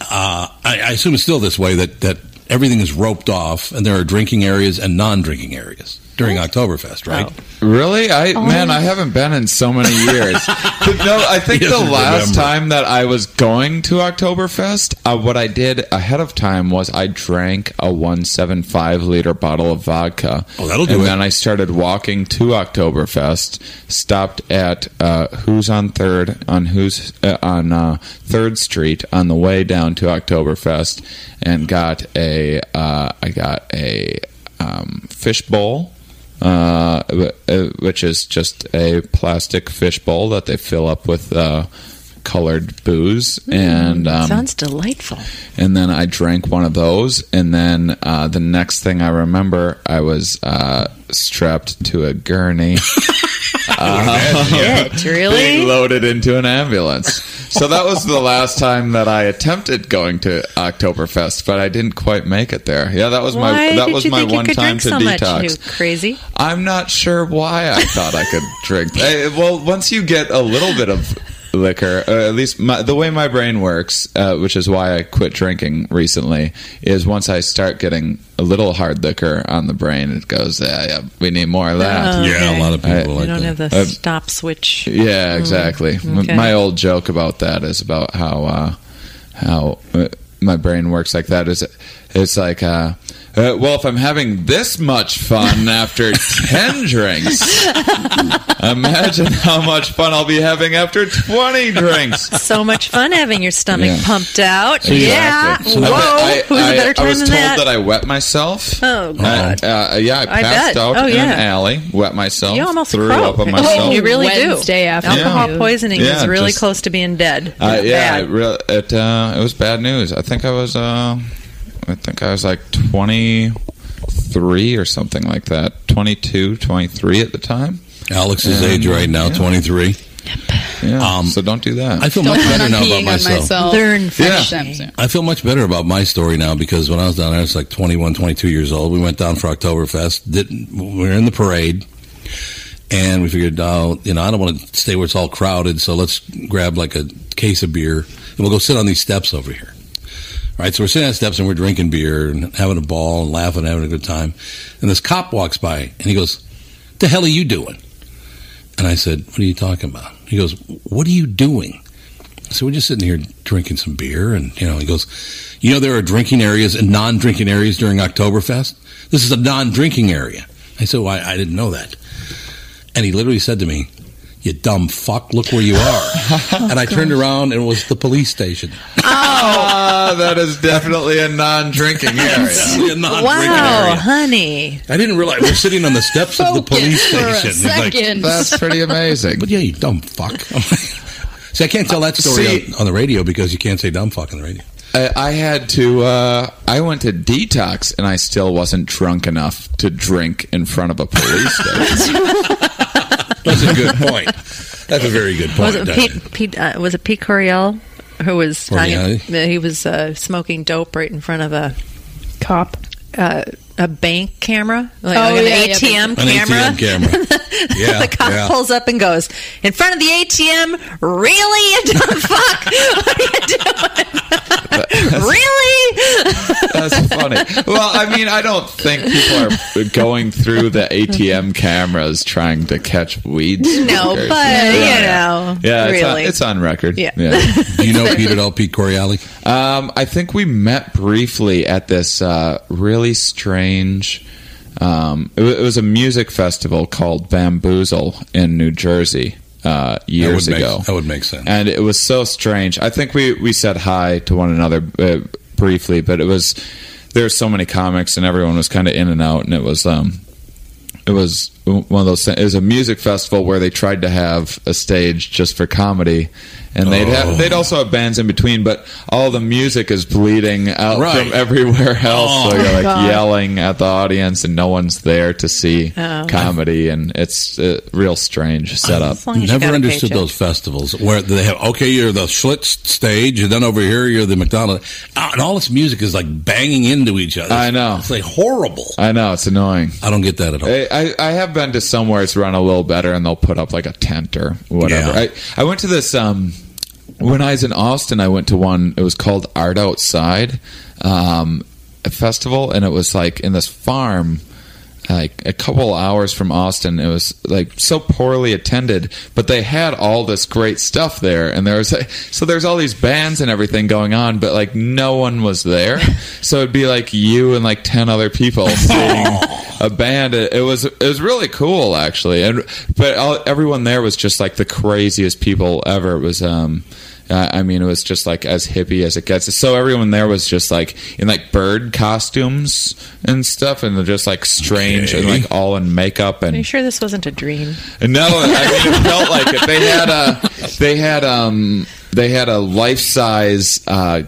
uh, I, I assume it's still this way that, that everything is roped off and there are drinking areas and non drinking areas during Oktoberfest, right?
Really? I
Oh.
man, I haven't been in so many years. But no, I think
He
the
doesn't
last
remember.
time that I was going to Oktoberfest, uh, what I did ahead of time was I drank a one seven five liter bottle of vodka.
Oh, that'll do
And
it.
then I started walking to Oktoberfest. Stopped at uh, Who's on Third on Who's uh, on uh, Third Street on the way down to Oktoberfest, and got a uh, I got a um, fish bowl uh, w- uh, which is just a plastic fish bowl that they fill up with uh, colored booze. and um,
Mm, Sounds delightful.
and then I drank one of those. And then uh, the next thing I remember, I was uh, strapped to a gurney. Uh,
Shit, really?
Being loaded into an ambulance. So that was the last time that I attempted going to Oktoberfest, but I didn't quite make it there. Yeah, that was
Why
my that
did
was
you
my
think
one
you could
time
drink
to
so
detox.
much? You crazy?
I'm not sure why I thought I could drink. Eh, well, once you get a little bit of liquor. Or at least my, the way my brain works, uh, which is why I quit drinking recently, is once I start getting a little hard liquor on the brain, it goes, yeah, yeah we need more of that.
Oh, okay.
I-
You don't have the
I-
stop switch.
yeah,
Mm,
exactly. M-
okay.
My old joke about that is about how uh, how uh, my brain works like that. Is it's like, uh, uh, well, if I'm having this much fun after ten drinks, imagine how much fun I'll be having after twenty drinks.
so much fun having your stomach
Yeah.
pumped out.
Exactly.
Yeah. Whoa.
I,
Who's
I-
a better
I
time
was
than
told
that?
that? I wet myself.
Oh, God.
I, uh, yeah, I
I
passed
bet.
out
Oh,
in
yeah.
an alley, wet myself,
you almost
threw
croak.
up on myself.
you really
Wednesday
do.
afternoon.
Alcohol
Yeah.
poisoning
Yeah,
is really
just-
close to being dead.
Uh, yeah,
Bad.
it, real, it uh, it was bad news. I think I was uh, I think I was like 23 or something like that. 22, 23 at the time.
Alex's age right now, Um, 23.
Yeah. so don't do that.
I feel much better now about myself.
Learn from
Yeah.
them.
I feel much better about my story now because when I was down there, it's like 21, 22 years old. We went down for Oktoberfest. Didn't we were in the parade, and we figured, oh, you know, I don't want to stay where it's all crowded, so let's grab like a case of beer and we'll go sit on these steps over here. Right, so we're sitting on steps and we're drinking beer and having a ball and laughing, having a good time. And this cop walks by and he goes, "The hell are you doing?" And I said, "What are you talking about?" He goes, "What are you doing?" So we're just sitting here drinking some beer, and you know, he goes, "You know, there are drinking areas and non-drinking areas during Oktoberfest. This is a non-drinking area." I said, "Why? I didn't know that." And he literally said to me, "You dumb fuck! Look where you are." and I turned around, and it was the police station.
Ah, that is definitely a non-drinking area.
A non-drinking
Wow,
area.
honey.
I didn't realize we're sitting on the steps of the police
for a
station. It's like,
second. That's
pretty amazing.
But yeah, you dumb fuck. See, I can't tell that story
See-
on, on the radio because you can't say dumb fuck on the radio.
I, I had to. Uh, I went to detox, and I still wasn't drunk enough to drink in front of a police station.
That's a good point. That's a very good
Was
point.
it Pete? Pete uh, was it Pete Coriel who was
Corielli?
hanging- he was uh, smoking dope right in front of a cop, uh, a bank camera, like,
Oh,
like an
yeah, yeah,
ATM
An
camera.
ATM camera. Yeah,
the cop
yeah.
pulls up and goes in front of the ATM. Really, you dumb fuck? What are you doing? really?
That's funny. Well, I mean, I don't think people are going through the ATM cameras trying to catch weeds.
No,
Yeah.
but you know,
Yeah, it's,
really.
on, it's on record.
Yeah.
Do you know Pete at all, Pete Corielli?
Um, I think we met briefly at this uh, really strange. Um, it, wa- it was a music festival called Bamboozle in New Jersey uh, years
that would
ago.
Make, that would make sense.
And it was so strange. I think we, we said hi to one another uh, briefly, but it was there were so many comics and everyone was kind of in and out, and it was um it was one of those. Things. It was a music festival where they tried to have a stage just for comedy, and they'd
Oh.
have, they'd also have bands in between, but all the music is bleeding out
Right.
from everywhere else. so
Oh.
you're like
God.
yelling at the audience, and no one's there to see
Oh.
comedy, and it's a real strange setup.
I Never understood those festivals where they have okay, you're the Schlitz stage, and then over here you're the McDonald's, Ah, and all this music is like banging into each other. I
know
it's like horrible.
I know it's annoying.
I don't get that at all.
I, I, I have been to somewhere it's run a little better, and they'll put up like a tent or whatever.
Yeah.
I, I went to this um, when I was in Austin. I went to one. It was called Art Outside um, a festival, and it was like in this farm. Like a couple hours from Austin, it was like so poorly attended, but they had all this great stuff there, and there was like, so there's all these bands and everything going on, but like no one was there, so it'd be like you and like ten other people seeing a band. It, it was it was really cool actually, and but all, everyone there was just like the craziest people ever. It was um. Uh, I mean, it was just like as hippie as it gets. So everyone there was just like in like bird costumes and stuff, and they're just like strange and like all in makeup
Are you
and
sure this wasn't a dream?
no. I mean, it felt like it. They had a they had um they had a life size uh,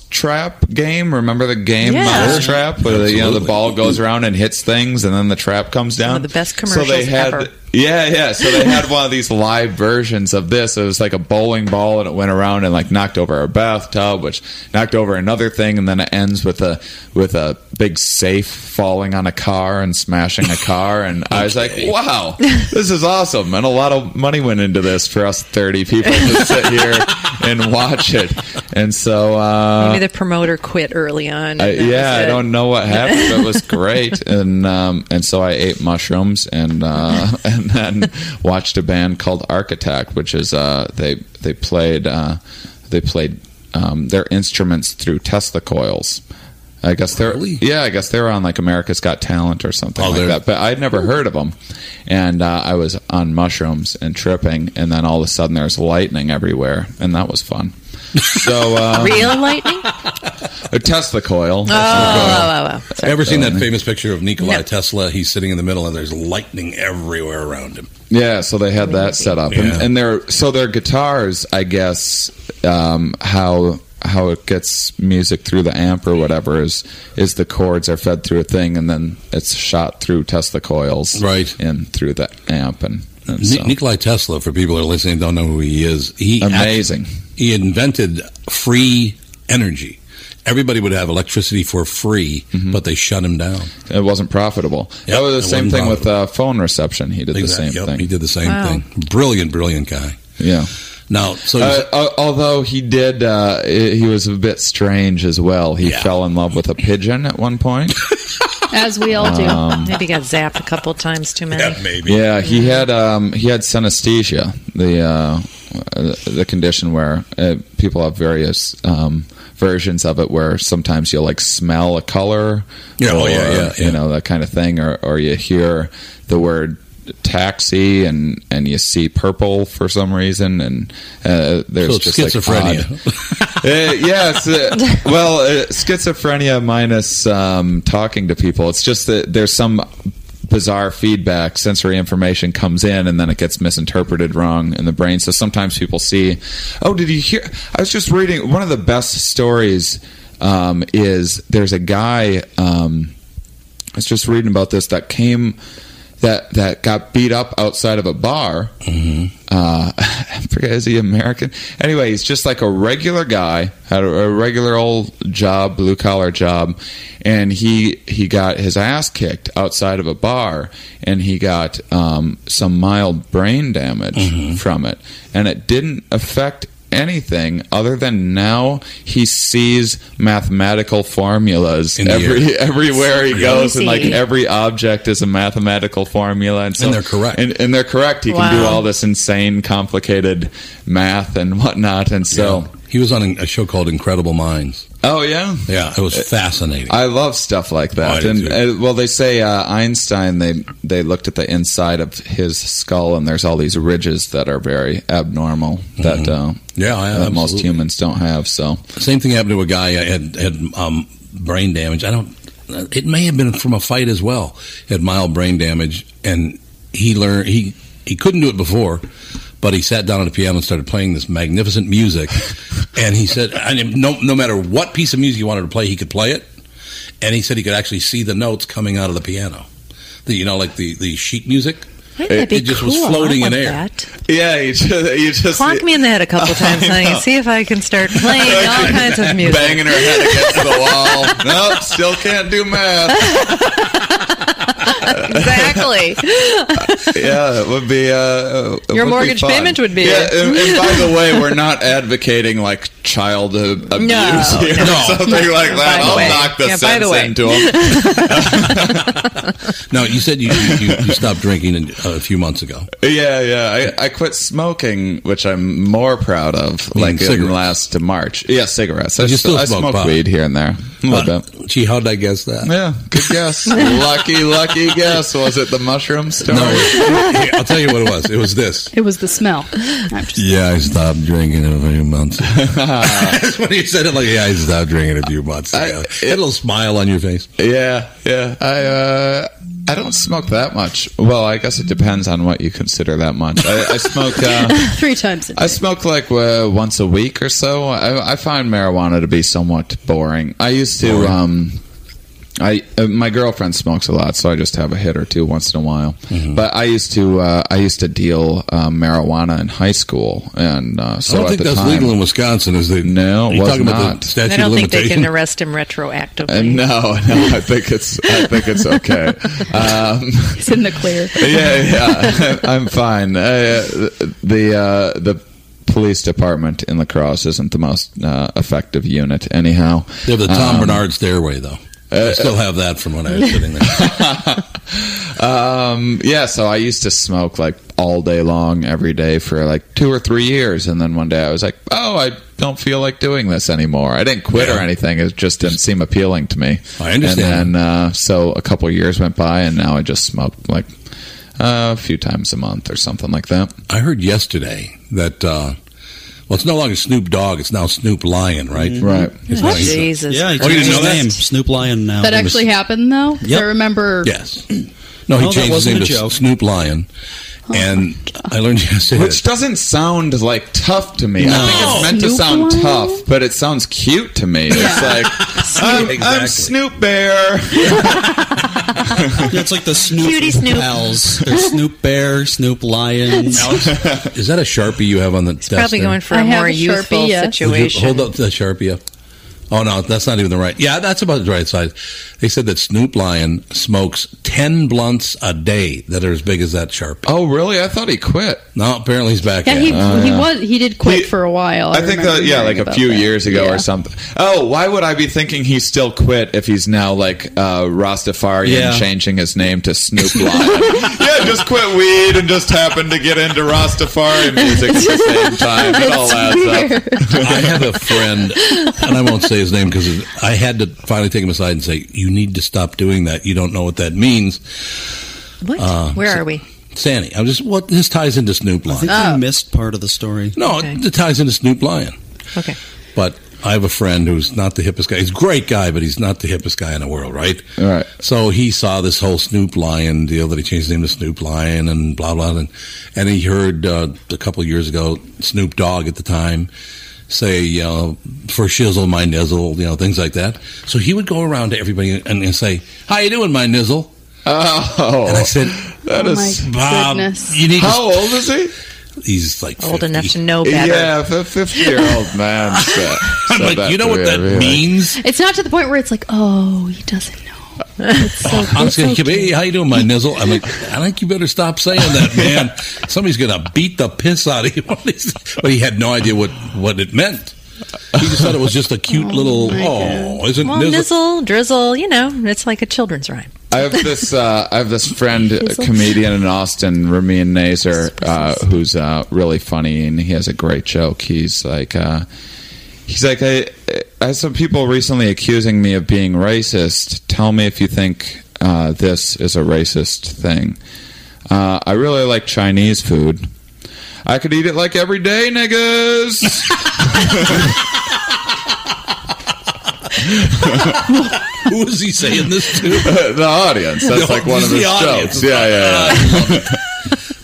mousetrap game. Remember the game
Yeah.
mousetrap, where the, you know the
Absolutely.
ball goes around and hits things, and then the trap comes down.
the best
so they
commercials
had,
ever.
Yeah, yeah. So they had one of these live versions of this. It was like a bowling ball, and it went around and like knocked over our bathtub, which knocked over another thing, and then it ends with a with a big safe falling on a car and smashing a car. And I was like, wow, this is awesome, and a lot of money went into this for us thirty people to sit here and watch it. And so uh,
Maybe the promoter quit early on.
I,
and that
yeah,
was
I
it.
don't know what happened. but It was great, and um, and so I ate mushrooms and uh, and then watched a band called Architect, which is uh, they they played uh, they played um, their instruments through Tesla coils. I guess they're yeah. I guess they were on like America's Got Talent or something like that. But I'd never heard of them, and uh, I was on mushrooms and tripping, and then all of a sudden there's lightning everywhere, and that was fun. So um,
Real lightning?
a Tesla coil.
Oh, oh, oh, oh. Sorry.
Ever seen that
Sorry.
famous picture of Nikola
No.
Tesla? He's sitting in the middle, and there's lightning everywhere around him.
Yeah, so they had that set up,
Yeah.
and, and their so their guitars, I guess, um, how how it gets music through the amp or whatever is is the chords are fed through a thing, and then it's shot through Tesla coils, right, and through the amp, and, and so.
Ni- Nikolai Tesla, for people who are listening, don't know who he is. He
Amazing.
act- he invented free energy. Everybody would have electricity for free, but they shut him down.
Mm-hmm. It wasn't profitable.
Yep,
that was the
it
same
wasn't
thing with uh, phone reception. He did
Exactly.
the same
Yep,
thing.
He did the same
Wow.
thing. Brilliant, brilliant guy.
Yeah.
Now, so
Uh, al- although he did, uh, he was a bit strange as well. He fell in love with a pigeon at one point.
As we all do.
Um,
maybe got zapped a couple times too many.
maybe.
Yeah, he had um, he had synesthesia, the uh, uh, the condition where uh, people have various um, versions of it, where sometimes you'll like smell a color,
Yeah,
or,
oh, yeah, yeah,
you know that kind of thing, or or you hear the word taxi and and you see purple for some reason, and uh, there's
So it's
just
schizophrenia.
Like, odd- uh, yes. uh, well, uh, schizophrenia minus um, talking to people. It's just that there's some bizarre feedback. Sensory information comes in and then it gets misinterpreted wrong in the brain. So sometimes people see, oh, did you hear? I was just reading one of the best stories um, is there's a guy. Um, I was just reading about this that came that that got beat up outside of a bar. Uh, I forget is he American? Anyway, he's just like a regular guy, had a, a regular old job, blue collar job, and he he got his ass kicked outside of a bar, and he got um, some mild brain damage from it, and it didn't affect anything other than now he sees mathematical formulas
In the
every
air.
everywhere he
Crazy.
goes and like every object is a mathematical formula and so
And they're correct.
and, and they're correct he can do
Wow.
all this insane complicated math and whatnot and so
he was on a show called Incredible Minds.
oh yeah
Yeah, it was fascinating.
I love stuff like
Oh, I
that.
do
and uh, well, they say uh, Einstein they they looked at the inside of his skull and there's all these ridges that are very abnormal that uh,
Mm-hmm. Yeah, yeah,
that most
absolutely.
humans don't have. So
Same thing happened to a guy uh, had had um, brain damage. I don't. uh, It may have been from a fight as well. Had mild brain damage, and he learned he he couldn't do it before, but he sat down at a piano and started playing this magnificent music. and he said, I mean, no no matter what piece of music he wanted to play, he could play it. And he said he could actually see the notes coming out of the piano. The, you know, like the the sheet music.
Wouldn't that be
it just was
cool? I
floating in
want
air.
that.
yeah, you just, you just
Clock me in the head a couple times and I
know.
can see if I can start playing all kinds of music.
banging her head against the wall. nope, still can't do math.
exactly.
Yeah, it would be. Uh, it
Your
would be
mortgage
fun.
payment would be-
Yeah, and, and by the way, we're not advocating like child uh, abuse here
no.
or something like
By
that.
the
I'll
way.
knock the
Yeah, by
sense
the way.
into them.
Now you said you you, you- you stopped drinking in- uh, a few months ago.
Yeah, yeah. I, I quit smoking, which I'm more proud of.
Meaning
Like in
cigarettes.
last March. Yeah, cigarettes. I,
But you
still,
still
I
smoke
smoke
pot.
weed here and there. A little bit.
Gee, how'd I guess that?
Yeah, good guess. lucky, lucky guess. Was it the mushroom story?
Here, I'll tell you what it was. It was this.
It was the smell.
Yeah, I stopped drinking in a few months. That's when you said it like, yeah, I stopped drinking a few months ago. Had a little smile on your face.
Yeah, yeah. I uh, I don't smoke that much. Well, I guess it depends on what you consider that much. I, I smoke. Uh,
Three times a day.
I smoke like uh, once a week or so. I, I find marijuana to be somewhat boring. I used to. Um, I uh, my girlfriend smokes a lot, so I just have a hit or two once in a while.
Mm-hmm.
But I used to uh, I used to deal uh, marijuana in high school, and uh,
I
so
don't
at
think
the
that's
time-
legal in Wisconsin. Is it?
No, it
You're
was
talking about the
not.
Uh, statute
I don't think they can arrest him retroactively.
Uh, no, no, I think it's I think it's okay. Um,
It's in the clear.
yeah, yeah, I'm fine. Uh, the uh, the police department in Lacrosse isn't the most uh, effective unit, anyhow. Um,
They have the Tom Bernard
stairway, though.
I still have that from when I was sitting there.
um, yeah, so I used to smoke like all day long, every day for like two or three years, and then one day I was like, "Oh, I don't feel like doing this anymore." I didn't quit or anything; it just didn't seem appealing to me.
I understand.
And then, uh, so a couple years went by, and now I just smoke like a few times a month or something like that.
I heard yesterday that uh, well, it's no longer Snoop Dogg; it's now Snoop Lion, Mm-hmm. right?
Right.
It's
What?
nice.
Jesus
Yeah, he
Christ.
changed
Oh, you
his
know
name
that?
Snoop Lion now.
that actually happened, though.
Yep.
I remember.
Yes. No, he
No, that
changed his
wasn't
name to
a joke.
Snoop Lion, and I learned yesterday.
Which doesn't sound like tough to me.
No.
I think it's meant to
Snoop
sound
Lion?
tough, but it sounds cute to me. It's like I'm, I'm
Exactly.
Snoop Bear.
It's like the Snoop
Cutie Snoop.
pals. There's Snoop Bear, Snoop Lion.
Alex, is that a sharpie you have on the desk?
probably
there?
going for a I have more a Sharpie, youthful yes. situation.
Would you hold up the sharpie up. Oh no, that's not even the right. Yeah, that's about the right size. They said that Snoop Lion smokes ten blunts a day that are as big as that sharpie.
Oh really? I thought he quit.
No, apparently he's back.
Yeah,
at
he,
it.
he was he did quit for a while. Oh, I,
Uh, I think
remember
that yeah,
hearing
like a
about
few
that.
years ago
Yeah.
or something. Oh, why would I be thinking he still quit if he's now like uh, Rastafarian
Yeah.
changing his name to Snoop Lion? yeah, just quit weed and just happened to get into Rastafarian music at the same time. It all adds up.
I have a friend, and I won't say his name because I had to finally take him aside and say, "You need to stop doing that. You don't know what that means."
What?
Uh,
Where are we?
Sandy, I'm just what this ties into Snoop
I
Lion.
think I missed part of the story.
No, it, it ties into Snoop Lion.
Okay.
But I have a friend who's not the hippest guy. He's a great guy, but he's not the hippest guy in the world, right?
All right.
So he saw this whole Snoop Lion deal that he changed his name to Snoop Lion and blah blah, and and he heard uh, a couple of years ago Snoop Dogg at the time say, you know, for shizzle my nizzle, you know, things like that. So he would go around to everybody and, and say, "How you doing, my nizzle?"
Oh,
and I said,
that
Oh is- my
Bob,
goodness.
you need to-
How old is he?
He's like
Old
50.
enough to know better.
Yeah, if a fifty-year-old man. Said,
I'm
said
like,
that
you know
to
what
me,
that
I'd be like,
means?
It's not to the point where it's like, oh, he doesn't know. It's so,
I'm
it's
just gonna
so
keep, hey, how you doing, my nizzle? I'm like, I think you better stop saying that, man. Somebody's gonna beat the piss out of you. but he had no idea what what it meant. He just thought it was just a cute little. Oh, isn't
Well,
nizzle?
nizzle, drizzle, you know, it's like a children's rhyme.
I have this. Uh, I have this friend, a
Hazel.
comedian in Austin, Ramin Nazer, uh, who's uh, really funny and he has a great joke. He's like, uh, he's like, I, I saw people recently accusing me of being racist. Tell me if you think uh, this is a racist thing. Uh, I really like Chinese food. I could eat it like every day, niggas.
Who is he saying this to?
the audience. That's like one of
The
his
audience.
jokes. Yeah, yeah. yeah.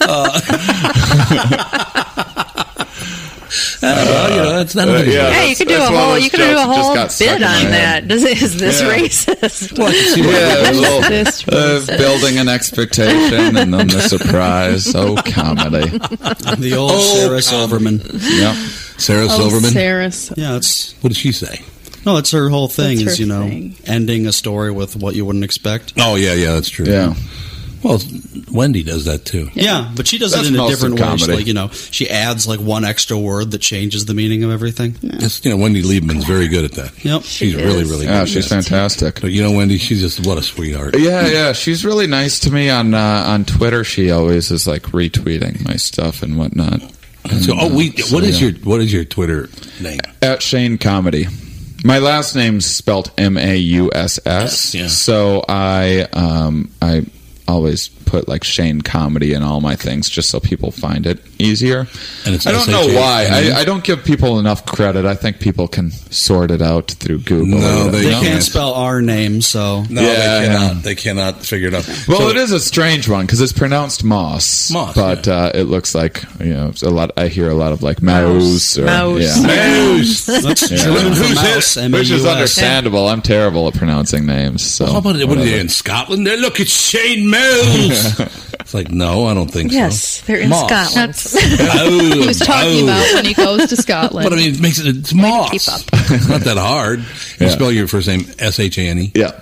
well, you know, that's not.
Uh, yeah,
hey, you
that's-
could do a
that's one of
whole,
those
you could do
jokes
a
that just
whole
got stuck
bit
in my
on
head.
that. Does it, is this
Yeah.
racist?
Yeah, it was all,
Is this
uh,
racist?
building an expectation and then the surprise. Oh, comedy.
The old
Oh,
Sarah Silverman.
Yeah.
Sarah Silverman.
Yeah, it's
What did she say?
no, it's her whole thing is
That's her
you know
thing.
ending a story with what you wouldn't expect.
Oh yeah, yeah, that's true.
Yeah.
Well, Wendy does that too.
Yeah, but she does
That's
it in a
most
different
of
way.
comedy.
She, like you know, she adds like one extra word that changes the meaning of everything.
That's, you know, Wendy Liebman's very good at that.
Yep,
She's really, really good.
Yeah, she's fantastic.
But you know, Wendy, she's just what a sweetheart.
Yeah, yeah. She's really nice to me on uh, on Twitter. She always is like retweeting my stuff and whatnot. And,
So, oh, we.
uh, so,
what is
yeah.
your what is your Twitter name?
at Shane Comedy. My last name's spelt M A U S S. So I um I always put like Shane comedy in all my things just so people find it easier.
And it's
I don't know
SHA.
why. I, I don't give people enough credit. I think people can sort it out through Google.
No,
Or-
they
Yeah.
can't.
can't spell our name, so
No, they cannot. They cannot figure it out.
Well,
So-
it is a strange one because it's pronounced moss,
Moss,
but uh, it looks like you know it's a lot. I hear a lot of like mouse, or,
Mouse.
yeah.
Mouse. That's German for
Who's
mouse,
it? which is
M-A-U-S.
understandable. I'm terrible at pronouncing names. So
How about it? What are
whatever.
they in Scotland? There, look, it's Shane Mills. it's like, no, I don't think
Yes,
so.
they're in
Moss.
Scotland.
Oh,
he was talking
oh.
about when he goes to Scotland.
But I mean, it makes it it's Moss.
keep up.
Not that hard. You spell your first name S H A N E.
Yeah.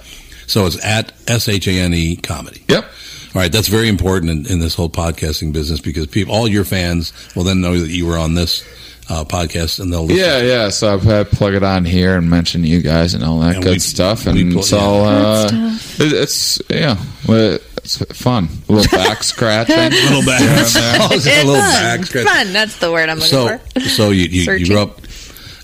So it's at S H A N E comedy.
Yep.
All right, that's very important in, in this whole podcasting business because people, all your fans will then know that you were on this uh, podcast and they'll listen.
Yeah, yeah. So I pl- plug it on here and mention you guys and all that
And
good
we-
stuff.
we
And
pl-
it's all
yeah.
uh,
Good
it- it's yeah, well, it's fun. A little back scratching,
Little back-
here and there.
Oh, it's a little back
fun.
scratch.
fun. That's the word I'm looking
so,
for.
so you, you, you
Searching.
grew up.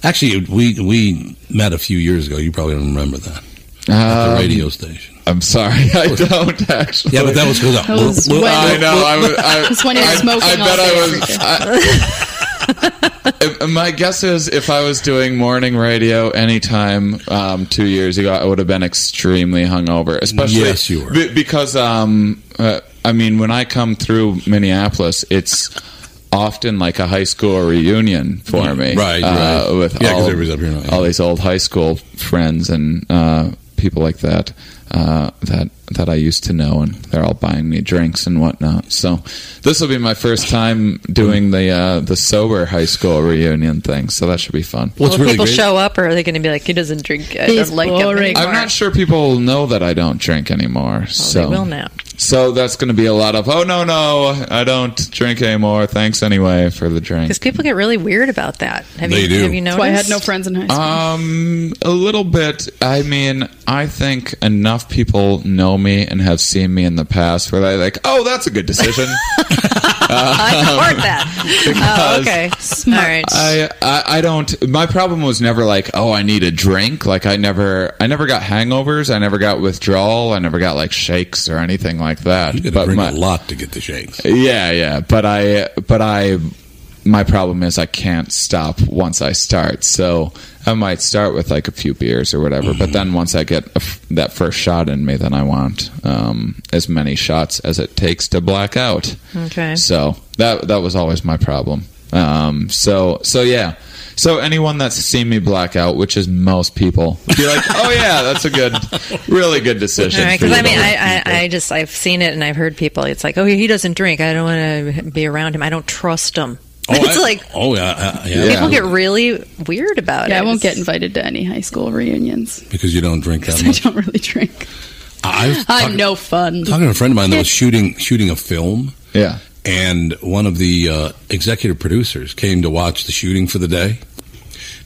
Actually, we we met a few years ago. You probably don't remember that at the
Um,
radio station.
I'm sorry, I don't actually.
Yeah, but that was because
That was
Well,
when-
I know. I, was- I,
That's when he was
I-
smoking
I
all
bet I
day every
was.
day.
I- Uh, my guess is if I was doing morning radio anytime um, two years ago, I would have been extremely hungover. Especially
Yes, you were.
be- because um, uh, I mean, when I come through Minneapolis, it's often like a high school reunion for me,
Mm-hmm. Right,
uh,
right.
With
Yeah, 'cause
all,
everybody's up here now, yeah.
all these old high school friends and uh, people like that uh, that that I used to know, and they're all buying me drinks and whatnot. So this will be my first time doing the uh, the sober high school reunion thing, so that should be fun.
Will people show up, or are they going to be like, he doesn't drink? I
He's
don't like him
boring.
anymore. Oh,
I'm not sure people know that I don't drink anymore. so
will now.
So that's going to be a lot of oh no no I don't drink anymore. Thanks anyway for the drink.
Because people get really weird about that. Have
They
you
do.
have you
That's
noticed?
why I had no friends in high school.
Um, a little bit. I mean, I think enough people know me and have seen me in the past where they're like, "Oh, that's a good decision."
I support that. oh,
Because-
okay. All right.
I, I I don't. My problem was never like, oh, I need a drink. Like I never I never got hangovers. I never got withdrawal. I never got like shakes or anything like that.
You got to
but
drink
my,
a lot to get the shakes.
yeah, yeah. But I but I my problem is I can't stop once I start. So I might start with like a few beers or whatever,
Mm-hmm.
but then once I get a f that first shot in me, then I want um, as many shots as it takes to black out.
Hmm. Okay.
So that that was always my problem. Um, so so yeah. So anyone that's seen me black out, which is most people, be like, "Oh yeah, that's a good, really good decision."
All right,
for
because
you
I mean,
to
I, I, I just I've seen it and I've heard people. It's like, oh, he doesn't drink. I don't want to be around him. I don't trust him. it's
I-
like
oh yeah, I- yeah,
people get really weird about
yeah,
it.
I won't get invited to any high school reunions
because you don't drink that
because I
much.
don't really drink.
I was
I'm no fun.
talking to a friend of mine that was shooting shooting a film.
Yeah.
And one of the uh, executive producers came to watch the shooting for the day,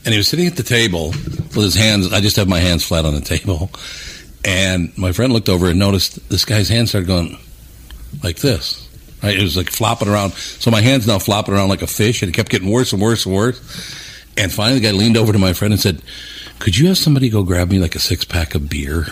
and he was sitting at the table with his hands. I just have my hands flat on the table, and my friend looked over and noticed this guy's hands started going like this. Right, it was like flopping around. So my hands now flopping around like a fish, and it kept getting worse and worse and worse. And finally, the guy leaned over to my friend and said, "Could you have somebody go grab me like a six pack of beer?"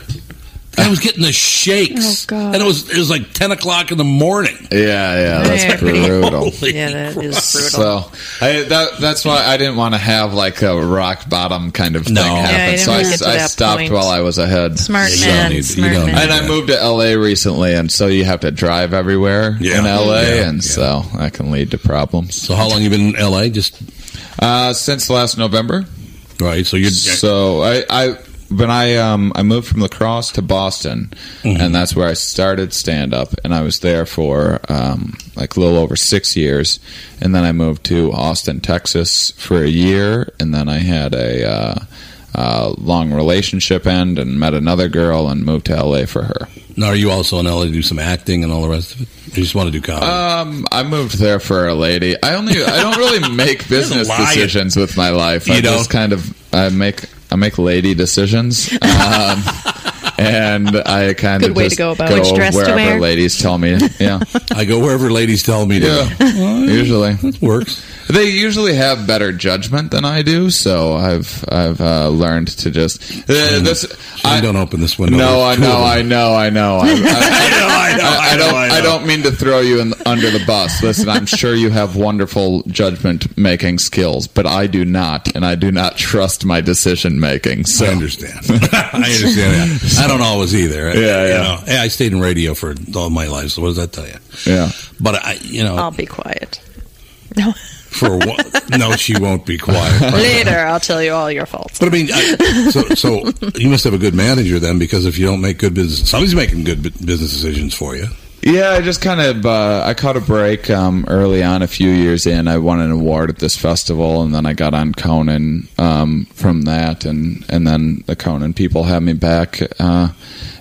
I was getting the shakes,
Oh, God.
and it was it was like ten o'clock in the morning.
Yeah, yeah, that's
Yeah.
brutal.
Yeah, that is brutal.
So I, that, that's why I didn't want to have like a rock bottom kind of thing
Yeah, you
happen.
didn't
so I,
wanna get to
I
that
stopped
point.
while I was ahead.
Smart You don't man, need- you smart don't man. need
And I
that.
moved to LA recently, and so you have to drive everywhere
Yeah.
in LA,
Yeah,
and so that can lead to problems.
So how long you been in LA? Just
uh, since last November.
Right. So you
so I. I when I um, I moved from lacrosse to Boston,
Mm-hmm.
and that's where I started stand up, and I was there for um, like a little over six years, and then I moved to Austin, Texas, for a year, and then I had a uh, uh, long relationship end, and met another girl, and moved to LA for her.
now are you also in LA to do some acting and all the rest of it? You just want to do comedy?
Um, I moved there for a lady. I only I don't really make business
lying.
decisions with my life. I
You
just kind of I make I make lady decisions. Um, and I kind
Good
of
way to
just
go about it. Which dress to
wherever
wear?
ladies tell me. Yeah.
I go wherever ladies tell me to.
Yeah.
go.
Usually.
That works.
The They usually have better judgment than I do, so I've I've uh, learned to just uh, this.
I don't open this window.
No,
There's
I
two
know,
of
I
them.
know, I know. I, I, I, I,
I know,
don't.
I
I,
know.
don't mean to throw you in, under the bus. Listen, I'm sure you have wonderful judgment making skills, but I do not, and I do not trust my decision making. So. I
understand. I understand that. I don't always either.
Yeah,
You
yeah.
know, hey, I stayed in radio for all my life, so what does that tell you?
Yeah.
But I, you know,
I'll be quiet.
for one, no, she won't be quiet.
Later, I'll tell you all your faults.
But I mean, I, so, so you must have a good manager then, because if you don't make good business, somebody's making good bu- business decisions for you.
Yeah, I just kind of uh, I caught a break um, early on. A few years in, I won an award at this festival, and then I got on Conan um, from that, and and then the Conan people had me back, uh,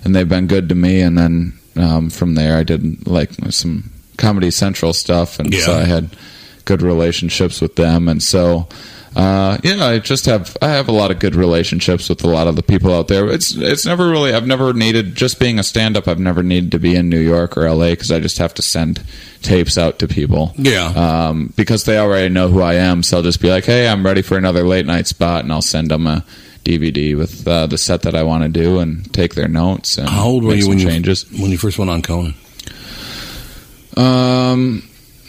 and they've been good to me. And then um, from there, I did like some Comedy Central stuff, and so
Yeah.
I had good relationships with them, and so. Uh, yeah, I just have I have a lot of good relationships with a lot of the people out there. It's it's never really I've never needed just being a stand up. I've never needed to be in New York or L.A. because I just have to send tapes out to people.
Yeah.
um, because they already know who I am, so I'll just be like, hey, I'm ready for another late night spot, and I'll send them a DVD with uh, the set that I want to do and take their notes. And
How old were
make
you
some
when
changes.
you when you first went on Conan?
Um,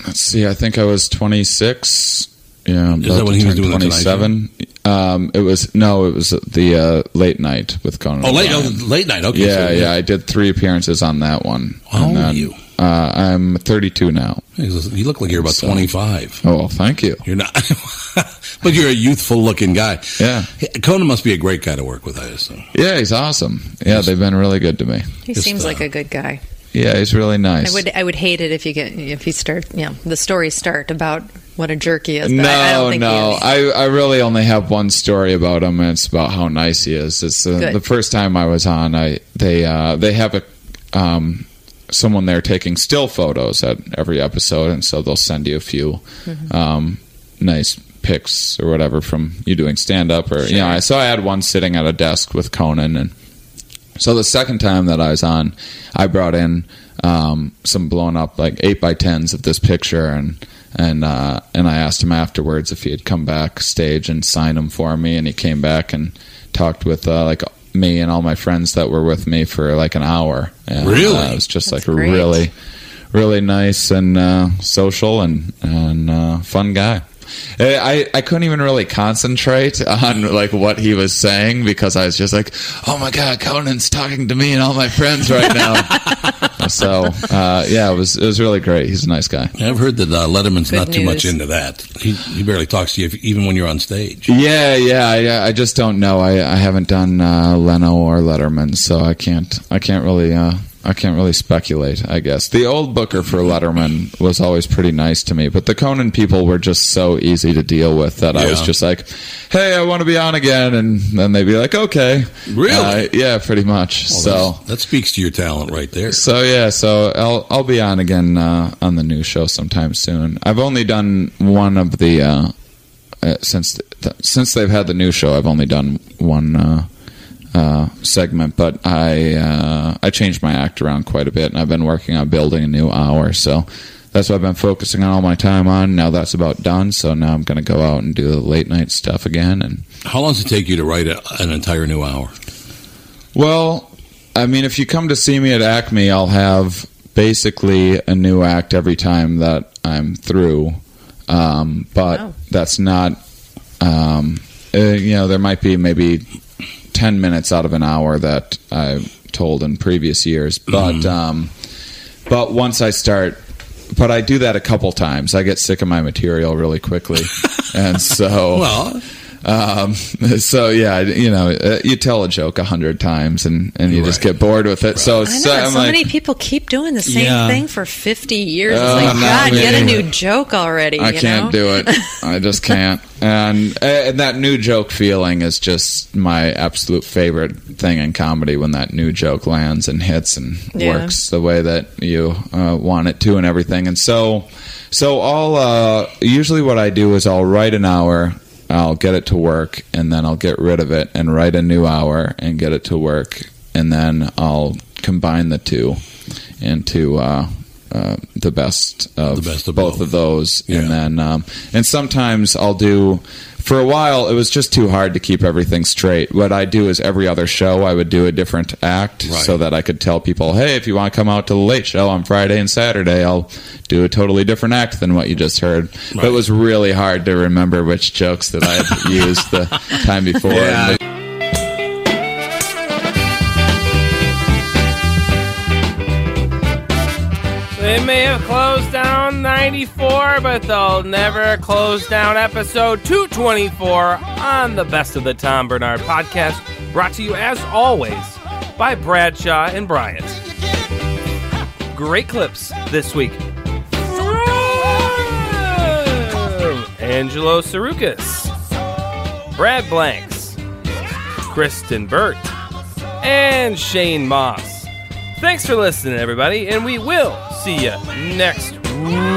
let's see. I think I was 26. Yeah,
Is
about
that when
to
he was
turn
doing the Tonight Show?
27? Um, it was no, it was the uh, late night with Conan.
Oh, late-
O'Brien.
oh, late night, okay,
yeah,
so-
yeah. I did three appearances on that one.
How
And
old are
then,
you?
Uh, I'm 32 now.
You look like you're about
So-
25.
Oh, well, thank you.
You're not, but you're a youthful looking guy.
Yeah,
Conan must be a great guy to work with. I assume.
Yeah, he's awesome. Yeah, they've been really good to me.
He seems like a good guy.
Yeah, he's really uh, nice.
I would I would hate it if you get if he start yeah the stories start about what a jerk he is. But
no,
I, I don't think
no.
He is.
I, I really only have one story about him, and it's about how nice he is. It's the,
Good.
the first time I was on. I they uh, they have a um, someone there taking still photos at every episode, and so they'll send you a few
Mm-hmm.
um, nice pics or whatever from you doing stand up or you know. I so I had one sitting at a desk with Conan and. So the second time that I was on, I brought in um, some blown up like eight by tens of this picture, and and uh, and I asked him afterwards if he had come backstage and signed them for me, and he came back and talked with uh, like me and all my friends that were with me for like an hour. And,
Really?
uh, it was just like a
great.
really, really nice and uh, social and and uh, fun guy. Eh, I, I couldn't even really concentrate on like what he was saying because I was just like, oh my god, Conan's talking to me and all my friends right now. so uh, yeah, it was it was really great. He's a nice guy.
I've heard that uh, Letterman's
Good
not too much
news.
into that. He, he barely talks to you, if, even when you're on stage.
Yeah, yeah. I, I just don't know. I, I haven't done uh, Leno or Letterman, so I can't. I can't really. Uh, I can't really speculate. I guess the old booker for Letterman was always pretty nice to me, but the Conan people were just so easy to deal with that I was
Yeah.
just like, "Hey, I want to be on again," and then they'd be like, "Okay,
Really?
Uh, yeah, pretty much."
Well,
so.
that's- that speaks to your talent right there.
So yeah, so I'll I'll be on again uh, on the new show sometime soon. I've only done one of the uh, uh, since th- since they've had the new show. I've only done one uh, uh, segment, but I uh, I changed my act around quite a bit, and I've been working on building a new hour. So that's what I've been focusing on all my time on. Now that's about done. So now I'm going to go out and do the late night stuff again, and
How long does it take you to write a, an entire new hour?
Well, I mean, if you come to see me at Acme, I'll have basically a new act every time that I'm through. Um, but that's not, um, uh, you know, there might be maybe 10 minutes out of an hour that I told in previous years. But, um, but once I start, but I do that a couple times. I get sick of my material really quickly. and so.
Well,
Um, so yeah, you know, uh, you tell a joke a hundred times and, and you just get bored with it. So,
I know,
so
and
I'm
so
like,
many people keep doing the same
Yeah.
thing for 50 years.
Oh,
it's like,
no,
God, get a
man.
new joke already.
I
you
can't
know?
do it. I just can't. And, eh, and that new joke feeling is just my absolute favorite thing in comedy when that new joke lands and hits and
Yeah.
works the way that you uh, want it to and everything. And so, so I'll uh, usually what I do is I'll write an hour. I'll get it to work and then I'll get rid of it and write a new hour and get it to work and then I'll combine the two into uh, uh, the best of,
The best of
both,
both.
of those, and then um, and sometimes I'll do. For a while, it was just too hard to keep everything straight. What I do is every other show, I would do a different act so that I could tell people, "Hey, if you want to come out to the late show on Friday and Saturday, I'll do a totally different act than what you just heard." But it was really hard to remember which jokes that I had used the time before.
Yeah.
And
They may have closed down 94, but they'll never close down episode 224 on the Best of the Tom Bernard podcast, brought to you as always by Bradshaw and Bryant. Great clips this week. From Angelo Sarukis, Brad Blanks, Kristen Burt, and Shane Moss. Thanks for listening, everybody, and we will see you next week.